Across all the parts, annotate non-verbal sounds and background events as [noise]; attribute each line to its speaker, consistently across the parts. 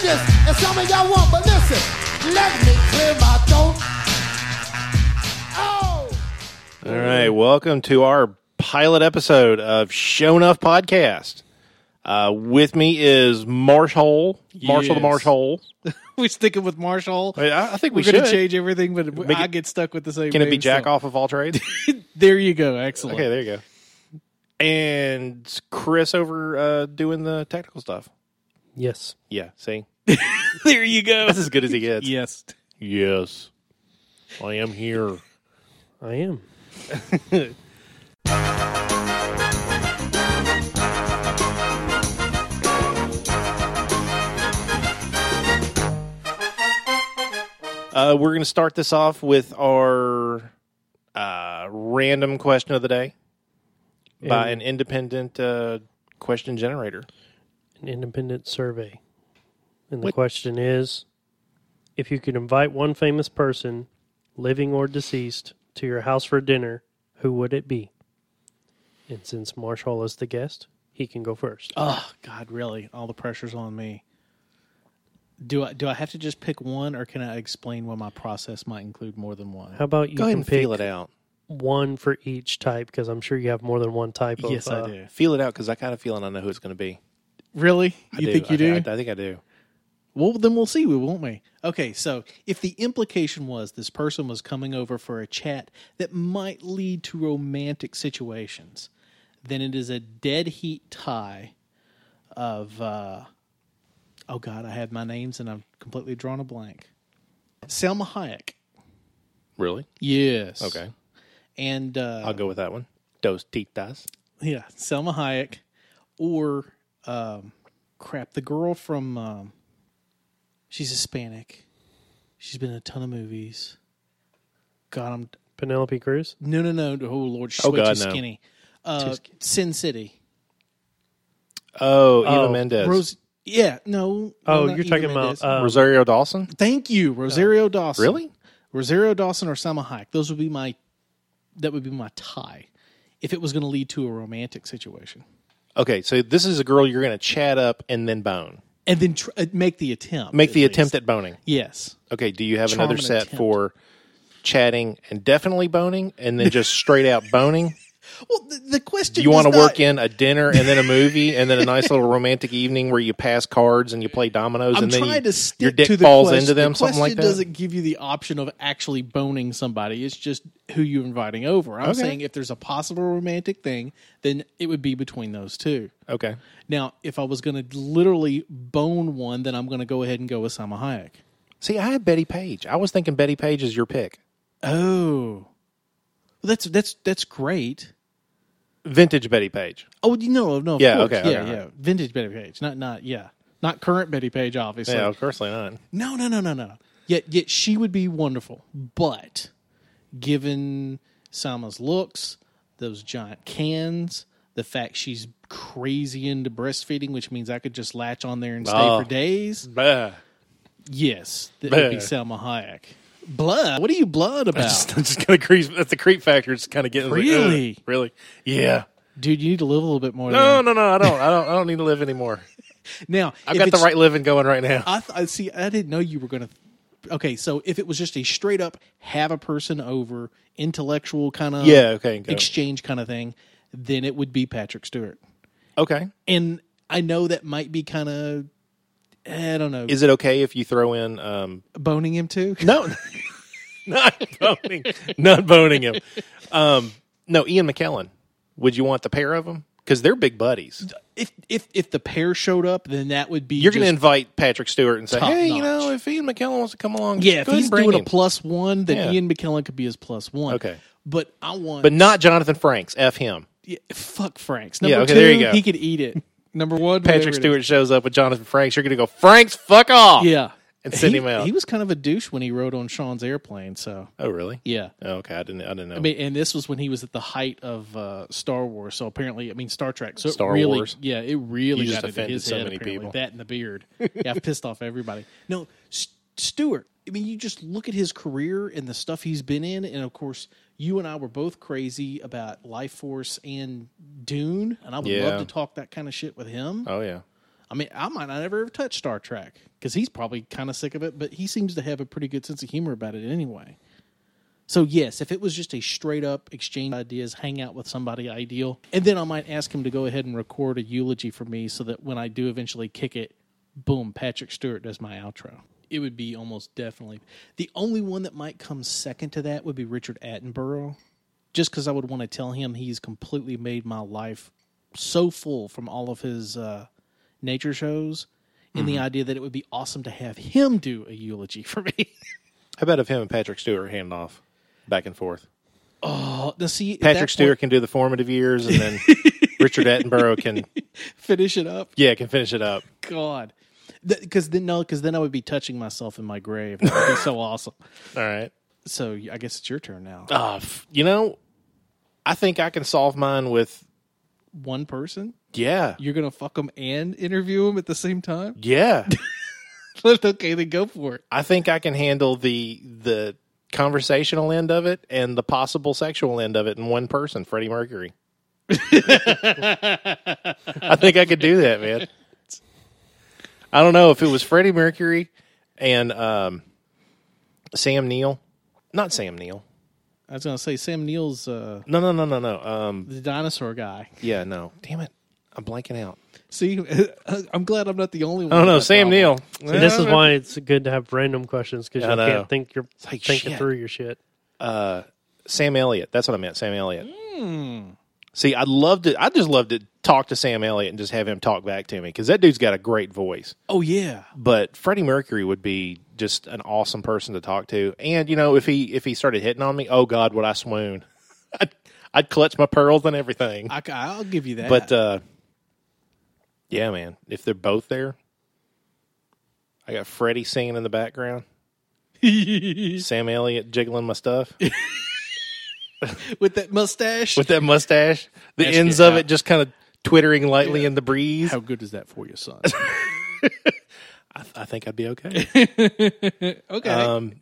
Speaker 1: Tell me y'all want, but listen, let me clear my throat. Oh!
Speaker 2: All right, welcome to our pilot episode of Show Enough Podcast. Uh, with me is Marsh Hole, Marshall the
Speaker 3: Yes.
Speaker 2: Marsh Hole.
Speaker 3: [laughs] we sticking with Marshall.
Speaker 2: I, I think Oh, we
Speaker 3: We're going
Speaker 2: should
Speaker 3: to change everything, but
Speaker 2: Make
Speaker 3: I
Speaker 2: it-
Speaker 3: get stuck with the same.
Speaker 2: Can it be
Speaker 3: name,
Speaker 2: Jack
Speaker 3: so-
Speaker 2: Off of All [laughs] Trades?
Speaker 3: There you go. Excellent.
Speaker 2: okay, there you go. And Chris over uh, doing the technical stuff.
Speaker 4: Yes.
Speaker 2: Yeah, see,
Speaker 3: [laughs] there you
Speaker 2: [laughs]
Speaker 3: go.
Speaker 2: that's as good as he gets.
Speaker 3: Yes.
Speaker 2: Yes, I am here.
Speaker 4: I am.
Speaker 2: Uh, we're going to start this off with our uh, random question of the day by an independent uh, question generator.
Speaker 4: An independent survey. And the question is if you could invite one famous person, living or deceased, to your house for dinner, who would it be? And since Marshall is the guest, he can go first.
Speaker 2: Uh,
Speaker 3: Oh God, really? All the pressure's on me. Do I do I have to just pick one, or can I explain why my process might include more than one?
Speaker 4: How about you
Speaker 2: Go ahead
Speaker 4: can
Speaker 2: and feel
Speaker 4: pick
Speaker 2: it out.
Speaker 4: one for each type? Because I'm sure you have more than one type.
Speaker 3: yes,
Speaker 4: of, uh,
Speaker 3: I do.
Speaker 2: Feel it out because I kind of feel and I know who it's going to be.
Speaker 3: Really?
Speaker 2: I
Speaker 3: You think you
Speaker 2: I,
Speaker 3: do?
Speaker 2: I, I think I do.
Speaker 3: Well, then we'll see, won't we? Okay, so if the implication was this person was coming over for a chat that might lead to romantic situations, then it is a dead heat tie of, uh, oh God, I have my names and I've completely drawn a blank. Selma Hayek.
Speaker 2: Really?
Speaker 3: Yes.
Speaker 2: Okay.
Speaker 3: And uh,
Speaker 2: I'll go with that one. Dos titas.
Speaker 3: yeah, Selma Hayek or um, crap, the girl from um, she's Hispanic. She's been in a ton of movies. God, I'm
Speaker 4: Penelope Cruz.
Speaker 3: no, no, no. Oh Lord, she's
Speaker 2: Oh,
Speaker 3: way
Speaker 2: God,
Speaker 3: too
Speaker 2: no.
Speaker 3: skinny. Uh, Sin City.
Speaker 2: Oh, Eva
Speaker 4: Oh,
Speaker 2: Mendes.
Speaker 3: Rose. Yeah, no. no,
Speaker 4: Oh,
Speaker 3: not
Speaker 4: you're
Speaker 3: Eva
Speaker 4: talking
Speaker 3: Mendes.
Speaker 4: about. Uh,
Speaker 2: Rosario Dawson.
Speaker 3: Thank you, Rosario Dawson.
Speaker 2: uh, Really?
Speaker 3: Rosario Dawson or Selma Hayek. Those would be my. That would be my tie, if it was going to lead to a romantic situation,
Speaker 2: Okay, so this is a girl you're going to chat up and then bone.
Speaker 3: and then tr- uh, make the attempt.
Speaker 2: Make
Speaker 3: at
Speaker 2: the
Speaker 3: least.
Speaker 2: attempt at boning.
Speaker 3: Yes.
Speaker 2: Okay, do you have
Speaker 3: Charm
Speaker 2: another
Speaker 3: and
Speaker 2: set
Speaker 3: attempt.
Speaker 2: for chatting and definitely boning and then
Speaker 3: [laughs]
Speaker 2: just straight out boning?
Speaker 3: Well, the, the question
Speaker 2: Do you want to
Speaker 3: does
Speaker 2: work
Speaker 3: not-
Speaker 2: in a dinner and then a movie and then a nice little romantic evening where you pass cards and you play dominoes
Speaker 3: I'm
Speaker 2: and then
Speaker 3: trying
Speaker 2: you-
Speaker 3: to stick
Speaker 2: your dick
Speaker 3: to the
Speaker 2: falls
Speaker 3: question.
Speaker 2: into them,
Speaker 3: the
Speaker 2: something like
Speaker 3: question
Speaker 2: that?
Speaker 3: doesn't give you the option of actually boning somebody. It's just who you're inviting over. I'm
Speaker 2: Okay.
Speaker 3: saying if there's a possible romantic thing, then it would be between those two.
Speaker 2: okay.
Speaker 3: Now, if I was going to literally bone one, then I'm going to go ahead and go with Sama Hayek.
Speaker 2: See, I had Betty Page. I was thinking Betty Page is your pick.
Speaker 3: Oh, well, that's that's that's great.
Speaker 2: Vintage Betty Page.
Speaker 3: Oh, you know, no, of
Speaker 2: Yeah,
Speaker 3: course.
Speaker 2: okay,
Speaker 3: yeah,
Speaker 2: okay,
Speaker 3: yeah, vintage Betty Page, not not yeah, not current Betty Page, obviously.
Speaker 2: yeah, of course they're not.
Speaker 3: No, no, no, no, no. Yet, yet she would be wonderful. But given Salma's looks, those giant cans, the fact she's crazy into breastfeeding, which means I could just latch on there and stay
Speaker 2: Oh.
Speaker 3: for days.
Speaker 2: Bah.
Speaker 3: Yes,
Speaker 2: [laughs]
Speaker 3: that would be
Speaker 2: Bleh.
Speaker 3: Salma Hayek. Blood. What are you blood
Speaker 2: [laughs]
Speaker 3: about,
Speaker 2: Just, I'm just gonna crease. That's the creep factor. It's kind of getting it's like, ugh,
Speaker 3: Really?
Speaker 2: really, yeah.
Speaker 3: dude? You need to live a little bit more.
Speaker 2: No,
Speaker 3: than-
Speaker 2: no, no. I don't. I don't. I don't need to live anymore.
Speaker 3: Now
Speaker 2: I've
Speaker 3: if
Speaker 2: got the
Speaker 3: it's-
Speaker 2: right living going right now.
Speaker 3: I, th- I see. I didn't know you were gonna. Okay, so if it was just a straight up have a person over intellectual kind of
Speaker 2: Yeah, okay, go.
Speaker 3: exchange kind of thing, then it would be Patrick Stewart.
Speaker 2: okay.
Speaker 3: And I know that might be kind of eh, I don't know
Speaker 2: Is it okay if you throw in? Um,
Speaker 3: boning him too.
Speaker 2: no, [laughs] not boning. Not boning him. Um, no, Ian McKellen. Would you want the pair of them? Because they're big buddies.
Speaker 3: If if if the pair showed up, then that would be
Speaker 2: You're going to
Speaker 3: just-
Speaker 2: invite Patrick Stewart and say,
Speaker 3: Top
Speaker 2: "Hey, you
Speaker 3: notch.
Speaker 2: know, if Ian McKellen wants to come along,
Speaker 3: yeah. If
Speaker 2: go ahead
Speaker 3: he's
Speaker 2: and bring
Speaker 3: doing
Speaker 2: him."
Speaker 3: a plus one, then
Speaker 2: Yeah.
Speaker 3: Ian McKellen could be his plus one.
Speaker 2: Okay.
Speaker 3: but I want
Speaker 2: but not Jonathan Franks. F him.
Speaker 3: yeah, fuck Franks number
Speaker 2: okay,
Speaker 3: two.
Speaker 2: there you go.
Speaker 3: He could eat it. [laughs] Number one, whatever it
Speaker 2: Patrick
Speaker 3: is.
Speaker 2: Stewart shows up with Jonathan Franks. You're going to go, Franks, fuck off.
Speaker 3: Yeah.
Speaker 2: and send
Speaker 3: he,
Speaker 2: him out.
Speaker 3: He was kind of a douche when he rode on Sean's airplane, so
Speaker 2: Oh, really?
Speaker 3: yeah.
Speaker 2: Oh, okay, I didn't. I didn't know.
Speaker 3: I mean, and this was when he was at the height of uh, Star Wars, so apparently, I mean, Star Trek. So it
Speaker 2: Star
Speaker 3: really,
Speaker 2: Wars.
Speaker 3: yeah, it really
Speaker 2: You just
Speaker 3: got into
Speaker 2: offended
Speaker 3: his
Speaker 2: so
Speaker 3: head,
Speaker 2: many
Speaker 3: apparently.
Speaker 2: people.
Speaker 3: That and
Speaker 2: [laughs]
Speaker 3: the beard, yeah, I've pissed off everybody. No, S- Stewart. I mean, you just look at his career and the stuff he's been in, and of course, you and I were both crazy about Life Force and Dune, and I would
Speaker 2: Yeah.
Speaker 3: love to talk that kind of shit with him.
Speaker 2: oh yeah.
Speaker 3: I mean, I might not ever have touched Star Trek because he's probably kind of sick of it, but he seems to have a pretty good sense of humor about it anyway. So, yes, if it was just a straight up exchange ideas, hang out with somebody ideal, and then I might ask him to go ahead and record a eulogy for me so that when I do eventually kick it, boom, Patrick Stewart does my outro. It would be almost definitely. The only one that might come second to that would be Richard Attenborough, just because I would want to tell him he's completely made my life so full from all of his uh, nature shows. And the idea that it would be awesome to have him do a eulogy [laughs] for me.
Speaker 2: How about if him and Patrick Stewart hand off back and forth?
Speaker 3: oh, now see, at that
Speaker 2: Patrick
Speaker 3: point-
Speaker 2: Stewart can do the formative years, and
Speaker 3: [laughs]
Speaker 2: then Richard Attenborough can
Speaker 3: finish it up.
Speaker 2: yeah can finish it up.
Speaker 3: God, because then no, because then I would be touching myself in my grave. That would be so [laughs] awesome.
Speaker 2: All right.
Speaker 3: So I guess it's your turn now.
Speaker 2: Uh, f- you know, I think I can solve mine with
Speaker 3: One person,
Speaker 2: yeah,
Speaker 3: you're gonna fuck them and interview them at the same time. [laughs]
Speaker 2: yeah.
Speaker 3: okay, then go for it.
Speaker 2: I think I can handle the the conversational end of it and the possible sexual end of it in one person, Freddie Mercury. I think I could do that, man. I don't know if it was Freddie Mercury and um, Sam Neill. Not Sam Neill.
Speaker 3: I was gonna say Sam Neill's uh,
Speaker 2: No, no, no, no, no. Um,
Speaker 3: the dinosaur guy.
Speaker 2: yeah, no. Damn it. I'm blanking out.
Speaker 3: See, [laughs] I'm glad I'm not the only one.
Speaker 2: I don't know.
Speaker 3: with that
Speaker 2: Sam
Speaker 3: problem.
Speaker 2: Neill.
Speaker 4: And this is why it's good to have random questions because you
Speaker 2: I know.
Speaker 4: can't think you're
Speaker 2: like,
Speaker 4: thinking
Speaker 2: shit.
Speaker 4: through your shit.
Speaker 2: Sam Elliott. That's what I meant. Sam Elliott. See, I'd love to. I just love to talk to Sam Elliott and just have him talk back to me because that dude's got a great voice.
Speaker 3: Oh yeah,
Speaker 2: But Freddie Mercury would be just an awesome person to talk to. And you know, if he if he started hitting on me, oh god, would I swoon? [laughs] I'd, I'd clutch my pearls and everything.
Speaker 3: I, will give you that.
Speaker 2: but uh, yeah, man, if they're both there, I got Freddie singing in the background, Sam Elliott jiggling my stuff.
Speaker 3: with that mustache,
Speaker 2: with that mustache, the
Speaker 3: That's
Speaker 2: ends
Speaker 3: good.
Speaker 2: of it just kind of twittering lightly in the breeze.
Speaker 3: how good is that for
Speaker 2: [laughs]
Speaker 3: you, son?
Speaker 2: I, I think I'd be [laughs] okay.
Speaker 3: okay,
Speaker 2: um,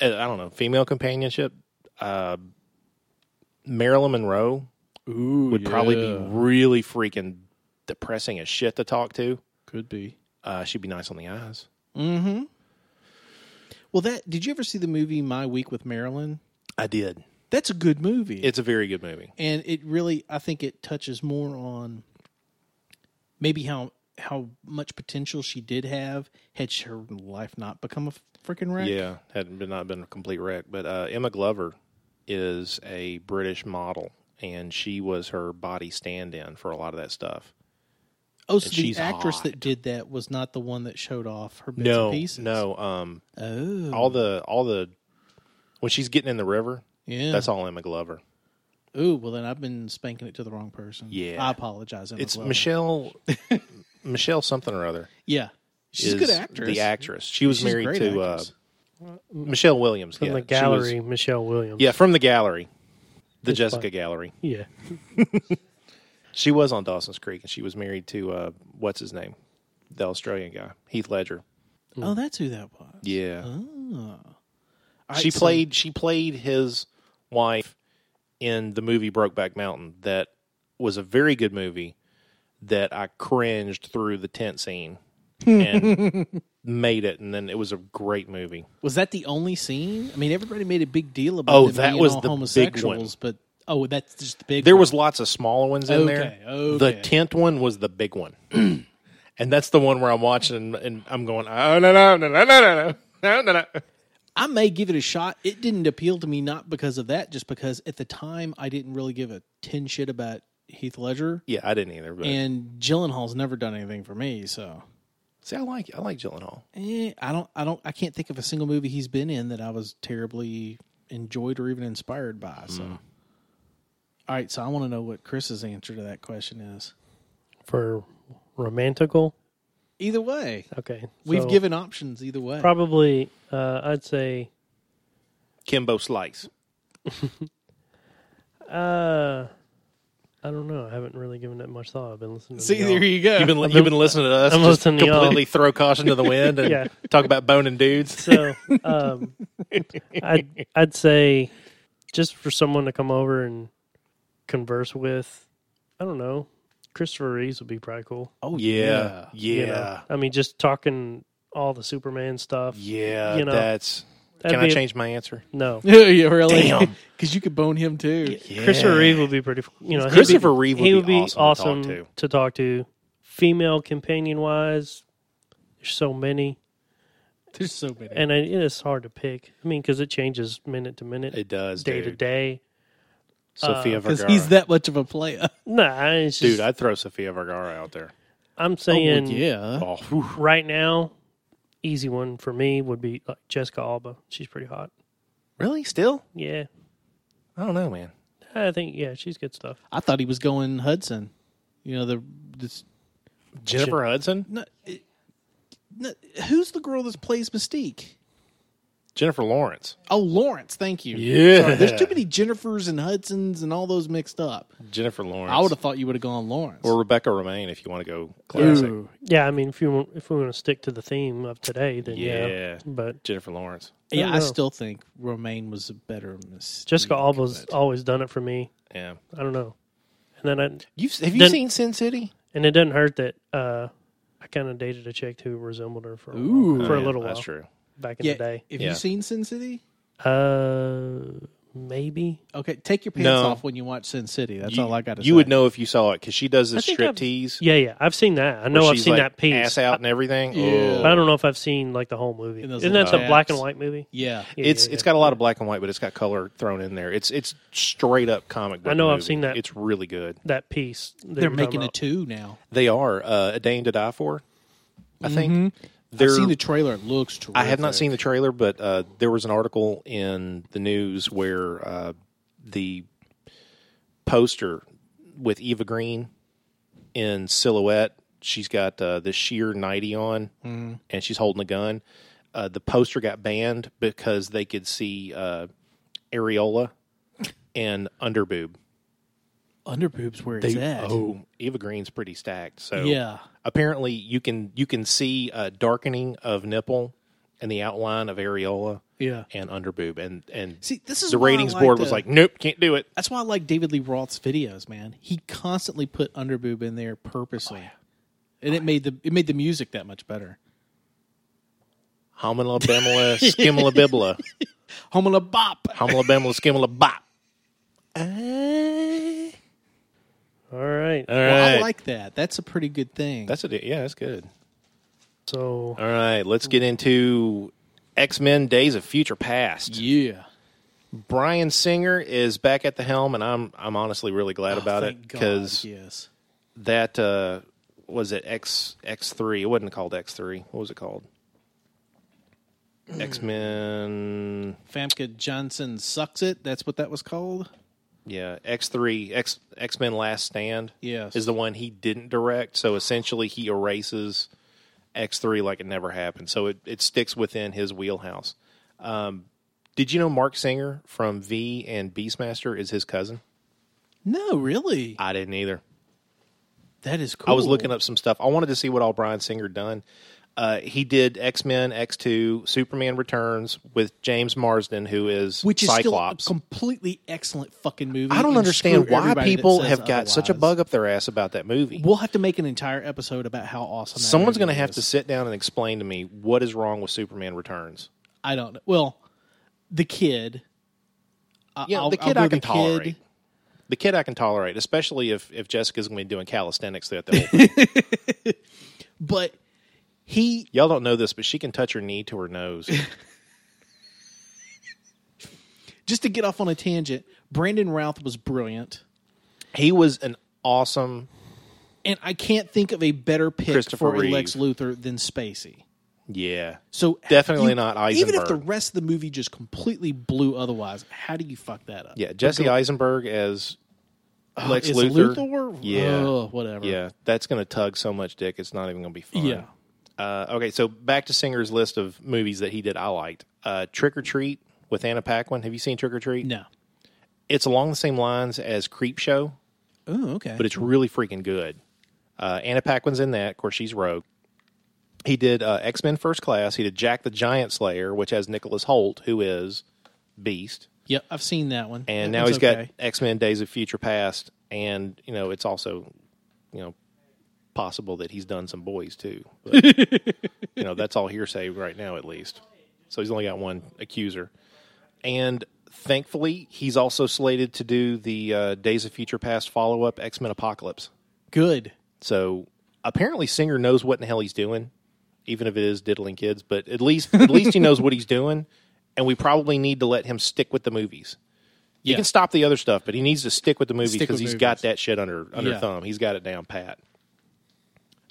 Speaker 2: I don't know, female companionship. Uh, Marilyn Monroe
Speaker 3: Ooh,
Speaker 2: would probably be
Speaker 3: yeah.
Speaker 2: really freaking depressing as shit to talk to.
Speaker 3: could be.
Speaker 2: Uh, she'd be nice on the eyes.
Speaker 3: Well, that did you ever see the movie My Week with Marilyn?
Speaker 2: I did.
Speaker 3: That's a good movie.
Speaker 2: It's a very good movie.
Speaker 3: and it really I think it touches more on maybe how how much potential she did have had she- her life not become a freaking wreck.
Speaker 2: Yeah, hadn't been not been a complete wreck, but uh, Emma Glover is a British model, and she was her body stand-in for a lot of that stuff.
Speaker 3: Oh, so
Speaker 2: And
Speaker 3: the
Speaker 2: she's
Speaker 3: actress
Speaker 2: hot.
Speaker 3: that did that was not the one that showed off her bits
Speaker 2: No,
Speaker 3: and pieces.
Speaker 2: no, um,
Speaker 3: Oh.
Speaker 2: all the all the when she's getting in the river,
Speaker 3: Yeah.
Speaker 2: that's all Emma Glover.
Speaker 3: Ooh, well then I've been spanking it to the wrong person.
Speaker 2: Yeah.
Speaker 3: I apologize. Emma
Speaker 2: It's
Speaker 3: Glover. [laughs]
Speaker 2: Michelle Michelle something or other.
Speaker 3: Yeah. She's a good
Speaker 2: is
Speaker 3: actress.
Speaker 2: The actress. She was
Speaker 3: She's a
Speaker 2: married
Speaker 3: great
Speaker 2: to uh,
Speaker 3: actress.
Speaker 2: Michelle Williams
Speaker 4: From
Speaker 2: yeah,
Speaker 4: the
Speaker 2: she was-
Speaker 4: gallery, Michelle Williams.
Speaker 2: yeah, from the gallery, the
Speaker 4: It's
Speaker 2: Jessica
Speaker 4: fun.
Speaker 2: Gallery.
Speaker 4: Yeah.
Speaker 2: She was on Dawson's Creek, and she was married to uh, what's his name, the Australian guy, Heath Ledger.
Speaker 3: Oh, that's who that was.
Speaker 2: Yeah, Ah.
Speaker 3: All
Speaker 2: she
Speaker 3: right, so-
Speaker 2: played she played his wife in the movie Brokeback Mountain that was a very good movie that I cringed through the tent scene [laughs] and made it and then it was a great movie.
Speaker 3: Was that the only scene? I mean, everybody made a big deal about.
Speaker 2: Oh,
Speaker 3: them
Speaker 2: that
Speaker 3: being
Speaker 2: was
Speaker 3: all
Speaker 2: the big one.
Speaker 3: homosexuals, but oh, that's just the big.
Speaker 2: There
Speaker 3: one.
Speaker 2: was lots of smaller ones in
Speaker 3: Okay,
Speaker 2: there.
Speaker 3: okay.
Speaker 2: The tent one was the big [clears throat] one. and that's the one where I'm watching and, and I'm going, "Oh no no no no no no no no no."
Speaker 3: I may give it a shot. It didn't appeal to me not because of that, just because at the time I didn't really give a tin shit about Heath Ledger,
Speaker 2: Yeah, I didn't either, but
Speaker 3: and Gyllenhaal's never done anything for me. So
Speaker 2: see I like I like Gyllenhaal.
Speaker 3: eh, I don't, I don't, I can't think of a single movie he's been in that I was terribly enjoyed or even inspired by. So, all right, so I want to know what Chris's answer to that question is.
Speaker 4: For romantical.
Speaker 3: Either way,
Speaker 4: Okay.
Speaker 3: we've
Speaker 4: so
Speaker 3: given options. Either way,
Speaker 4: probably, uh, I'd say,
Speaker 2: Kimbo Slice.
Speaker 4: uh, I don't know. I haven't really given it much thought. I've been listening to
Speaker 3: See,
Speaker 4: y'all.
Speaker 3: there you go.
Speaker 2: You've been, you've been listening to us
Speaker 4: I'm
Speaker 2: just
Speaker 4: listening to y'all.
Speaker 2: completely throw caution to the wind and
Speaker 4: [laughs] Yeah.
Speaker 2: talk about boning dudes.
Speaker 4: So um, [laughs] I'd, I'd say just for someone to come over and converse with, I don't know, Christopher Reeves would be probably cool.
Speaker 3: oh
Speaker 2: Yeah, yeah.
Speaker 4: you know? I mean, just talking all the Superman stuff.
Speaker 2: Yeah,
Speaker 4: You know,
Speaker 2: that's.
Speaker 4: that'd
Speaker 2: Can I
Speaker 4: be-
Speaker 2: change my answer?
Speaker 4: No,
Speaker 3: yeah, [laughs] really?
Speaker 2: Damn.
Speaker 3: Because you could bone him too.
Speaker 4: Christopher
Speaker 2: Yeah.
Speaker 4: Reeve would be pretty. You know, he'd be-
Speaker 2: Christopher Reeve would
Speaker 4: he
Speaker 2: be
Speaker 4: would be
Speaker 2: awesome
Speaker 4: awesome
Speaker 2: to talk to.
Speaker 4: to talk to. Female companion wise, there's so many,
Speaker 3: There's so many.
Speaker 4: and it is hard to pick. I mean, because it changes minute to minute,
Speaker 2: It does,
Speaker 4: day to
Speaker 2: dude.
Speaker 4: day. uh,
Speaker 2: Sofia
Speaker 3: Because
Speaker 2: Vergara.
Speaker 3: he's that much of a player.
Speaker 4: Nah, it's just,
Speaker 2: dude, I'd throw Sofia Vergara out there.
Speaker 3: Oh,
Speaker 4: I'm
Speaker 3: well,
Speaker 4: saying
Speaker 3: yeah.
Speaker 2: Oh, whew.
Speaker 4: right now, easy one for me would be like Jessica Alba. She's pretty hot.
Speaker 2: really? Still?
Speaker 4: Yeah,
Speaker 2: I don't know, man.
Speaker 4: I think yeah, she's good stuff.
Speaker 3: I thought he was going Hudson. You know the this,
Speaker 2: Jennifer Hudson?
Speaker 3: no, it- no, who's the girl that plays Mystique?
Speaker 2: Jennifer Lawrence.
Speaker 3: Oh, Lawrence. Thank you.
Speaker 2: Yeah.
Speaker 3: Sorry, there's too many Jennifers and Hudsons and all those mixed up.
Speaker 2: Jennifer Lawrence.
Speaker 3: I would have thought you would have gone Lawrence.
Speaker 2: or Rebecca Romaine if you want to go classic.
Speaker 3: Ooh.
Speaker 4: Yeah, I mean, if you want, if we want to stick to the theme of today, then yeah.
Speaker 2: Yeah.
Speaker 4: But
Speaker 2: Jennifer Lawrence.
Speaker 4: I
Speaker 3: Yeah,
Speaker 4: don't
Speaker 3: I
Speaker 4: know.
Speaker 3: still think Romaine was a better Mystique.
Speaker 4: Jessica Alba's
Speaker 3: but-
Speaker 4: always done it for me.
Speaker 2: Yeah.
Speaker 4: I don't know, and then I,
Speaker 2: You've, have you
Speaker 4: Then-
Speaker 2: seen Sin City?
Speaker 4: and it doesn't hurt that uh, I kind of dated a chick who resembled her for a, while-
Speaker 3: Ooh.
Speaker 4: for
Speaker 2: Oh,
Speaker 4: a
Speaker 2: yeah,
Speaker 4: little while
Speaker 2: That's true.
Speaker 4: back in
Speaker 3: yeah,
Speaker 4: the day.
Speaker 3: Have
Speaker 2: Yeah.
Speaker 3: you seen Sin City?
Speaker 4: Uh, maybe
Speaker 3: Okay, take your pants
Speaker 2: No.
Speaker 3: off when you watch Sin City. That's all I got to say.
Speaker 2: You would know if you saw it because she does
Speaker 4: I
Speaker 2: this
Speaker 4: think
Speaker 2: strip
Speaker 4: I've-
Speaker 2: tease.
Speaker 4: yeah, yeah. I've seen that. I know I've seen that piece. Uh,
Speaker 2: Ass out and everything.
Speaker 3: Yeah.
Speaker 2: Oh.
Speaker 4: But I don't know if I've seen like the whole movie.
Speaker 3: In those
Speaker 4: Isn't that
Speaker 3: little
Speaker 4: the black and
Speaker 3: tabs.
Speaker 4: white movie?
Speaker 3: Yeah.
Speaker 4: Yeah,
Speaker 2: it's
Speaker 4: yeah,
Speaker 2: it's
Speaker 4: yeah.
Speaker 2: got a lot of black and white, but it's got color thrown in there. It's it's straight up comic book.
Speaker 4: I know I've
Speaker 2: movie.
Speaker 4: seen that.
Speaker 2: It's really good.
Speaker 4: that piece. that
Speaker 3: They're
Speaker 4: you're talking
Speaker 3: making a
Speaker 4: about.
Speaker 3: two now.
Speaker 2: They are uh, a dame to die for. I think.
Speaker 3: I've
Speaker 2: They're,
Speaker 3: seen the trailer. It looks terrific.
Speaker 2: I have not seen the trailer, but uh, there was an article in the news where uh, the poster with Eva Green in silhouette, she's got uh, this sheer nighty on, and she's holding a gun. Uh, the poster got banned because they could see uh, areola and underboob.
Speaker 3: underboobs. Where
Speaker 2: They-
Speaker 3: it's at.
Speaker 2: Oh, Eva Green's pretty stacked. So
Speaker 3: Yeah.
Speaker 2: apparently you can you can see a darkening of nipple and the outline of areola
Speaker 3: Yeah.
Speaker 2: and underboob and and
Speaker 3: See, this is
Speaker 2: the
Speaker 3: why I
Speaker 2: ratings board
Speaker 3: the-
Speaker 2: was like nope can't do it
Speaker 3: That's why I like David Lee Roth's videos, man. He constantly put underboob in there purposely,
Speaker 2: Oh,
Speaker 3: and it made the it made the music that much better.
Speaker 2: homila
Speaker 3: [laughs]
Speaker 2: bimala skimala bibla
Speaker 3: Homola bop.
Speaker 2: homila bimala skimala bop
Speaker 4: All right.
Speaker 2: all
Speaker 3: Well, I
Speaker 2: right
Speaker 3: like that. That's a pretty good thing.
Speaker 2: that's it yeah that's good
Speaker 4: So
Speaker 2: all right let's get into x-men days of future past
Speaker 3: yeah.
Speaker 2: brian singer is back at the helm and i'm i'm honestly really glad about
Speaker 3: Oh, Thank
Speaker 2: it
Speaker 3: God,
Speaker 2: because
Speaker 3: yes,
Speaker 2: that uh was it X X three? It wasn't called X three. What was it called? X Men.
Speaker 3: Famke Johnson sucks it. That's what that was called.
Speaker 2: Yeah, X three. X X Men Last Stand.
Speaker 3: Yes.
Speaker 2: is the one he didn't direct. So essentially, he erases X three like it never happened. So it it sticks within his wheelhouse. Um, did you know Mark Singer from V and Beastmaster is his cousin?
Speaker 3: No, really.
Speaker 2: I didn't either.
Speaker 3: That is cool.
Speaker 2: I was looking up some stuff. I wanted to see what all Brian Singer done. Uh, he did X Men, X Two, Superman Returns with James Marsden, who is
Speaker 3: which is
Speaker 2: Cyclops.
Speaker 3: still a completely excellent fucking movie.
Speaker 2: I don't
Speaker 3: and
Speaker 2: understand
Speaker 3: screw
Speaker 2: why
Speaker 3: everybody that
Speaker 2: people
Speaker 3: says
Speaker 2: have got such a
Speaker 3: otherwise.
Speaker 2: bug up their ass about that movie.
Speaker 3: We'll have to make an entire episode about how awesome. That
Speaker 2: Someone's
Speaker 3: going
Speaker 2: going to have to sit down and explain to me what is wrong with Superman Returns.
Speaker 3: I don't. know. Well, the kid. I-
Speaker 2: Yeah,
Speaker 3: I'll-
Speaker 2: the
Speaker 3: I'll
Speaker 2: kid
Speaker 3: go
Speaker 2: I can
Speaker 3: the kid.
Speaker 2: tolerate. The kid I can tolerate, especially if if Jessica's going to be doing calisthenics throughout the whole.
Speaker 3: But he
Speaker 2: [laughs] Y'all don't know this, but she can touch her knee to her
Speaker 3: [laughs]
Speaker 2: nose.
Speaker 3: just to get off on a tangent. Brandon Routh was brilliant,
Speaker 2: he was an awesome.
Speaker 3: and I can't think of a better pick
Speaker 2: Christopher
Speaker 3: for a
Speaker 2: Reeve.
Speaker 3: Lex Luthor than Spacey.
Speaker 2: Yeah,
Speaker 3: So
Speaker 2: Definitely
Speaker 3: you-
Speaker 2: not
Speaker 3: Even if
Speaker 2: Eisenberg.
Speaker 3: the rest of the movie just completely blew otherwise, how do you fuck that up?
Speaker 2: yeah. Jesse Eisenberg as Lex
Speaker 3: Uh, Is
Speaker 2: Luthor.
Speaker 3: Luthor?
Speaker 2: Yeah.
Speaker 3: Ugh, whatever.
Speaker 2: Yeah, that's going to tug so much dick. It's not even going to be fun.
Speaker 3: Yeah.
Speaker 2: Uh, okay, so back to Singer's list of movies that he did. I liked uh, Trick or Treat with Anna Paquin. Have you seen Trick or Treat?
Speaker 3: No.
Speaker 2: It's along the same lines as Creep Show,
Speaker 3: Oh, okay.
Speaker 2: but it's really freaking good. Uh, Anna Paquin's in that. Of course, she's Rogue. He did uh, X Men First Class. He did Jack the Giant Slayer, which has Nicholas Holt, who is Beast.
Speaker 3: Yep, I've seen that one.
Speaker 2: and
Speaker 3: That
Speaker 2: now
Speaker 3: one's
Speaker 2: he's got
Speaker 3: okay.
Speaker 2: X Men Days of Future Past, and you know it's also, you know, possible that he's done some boys too. But, you
Speaker 3: [laughs]
Speaker 2: know, that's all hearsay right now, at least. So he's only got one accuser, and thankfully, he's also slated to do the uh, Days of Future Past follow up X Men Apocalypse.
Speaker 3: Good.
Speaker 2: So apparently, Singer knows what in the hell he's doing, even if it is diddling kids. But at least, at least he knows what he's doing, and we probably need to let him stick with the movies. He
Speaker 3: Yeah.
Speaker 2: can stop the other stuff, but he needs to stick with the movies
Speaker 3: Stick
Speaker 2: because
Speaker 3: with
Speaker 2: he's
Speaker 3: movies.
Speaker 2: got that shit under under
Speaker 3: Yeah.
Speaker 2: thumb. He's got it down pat.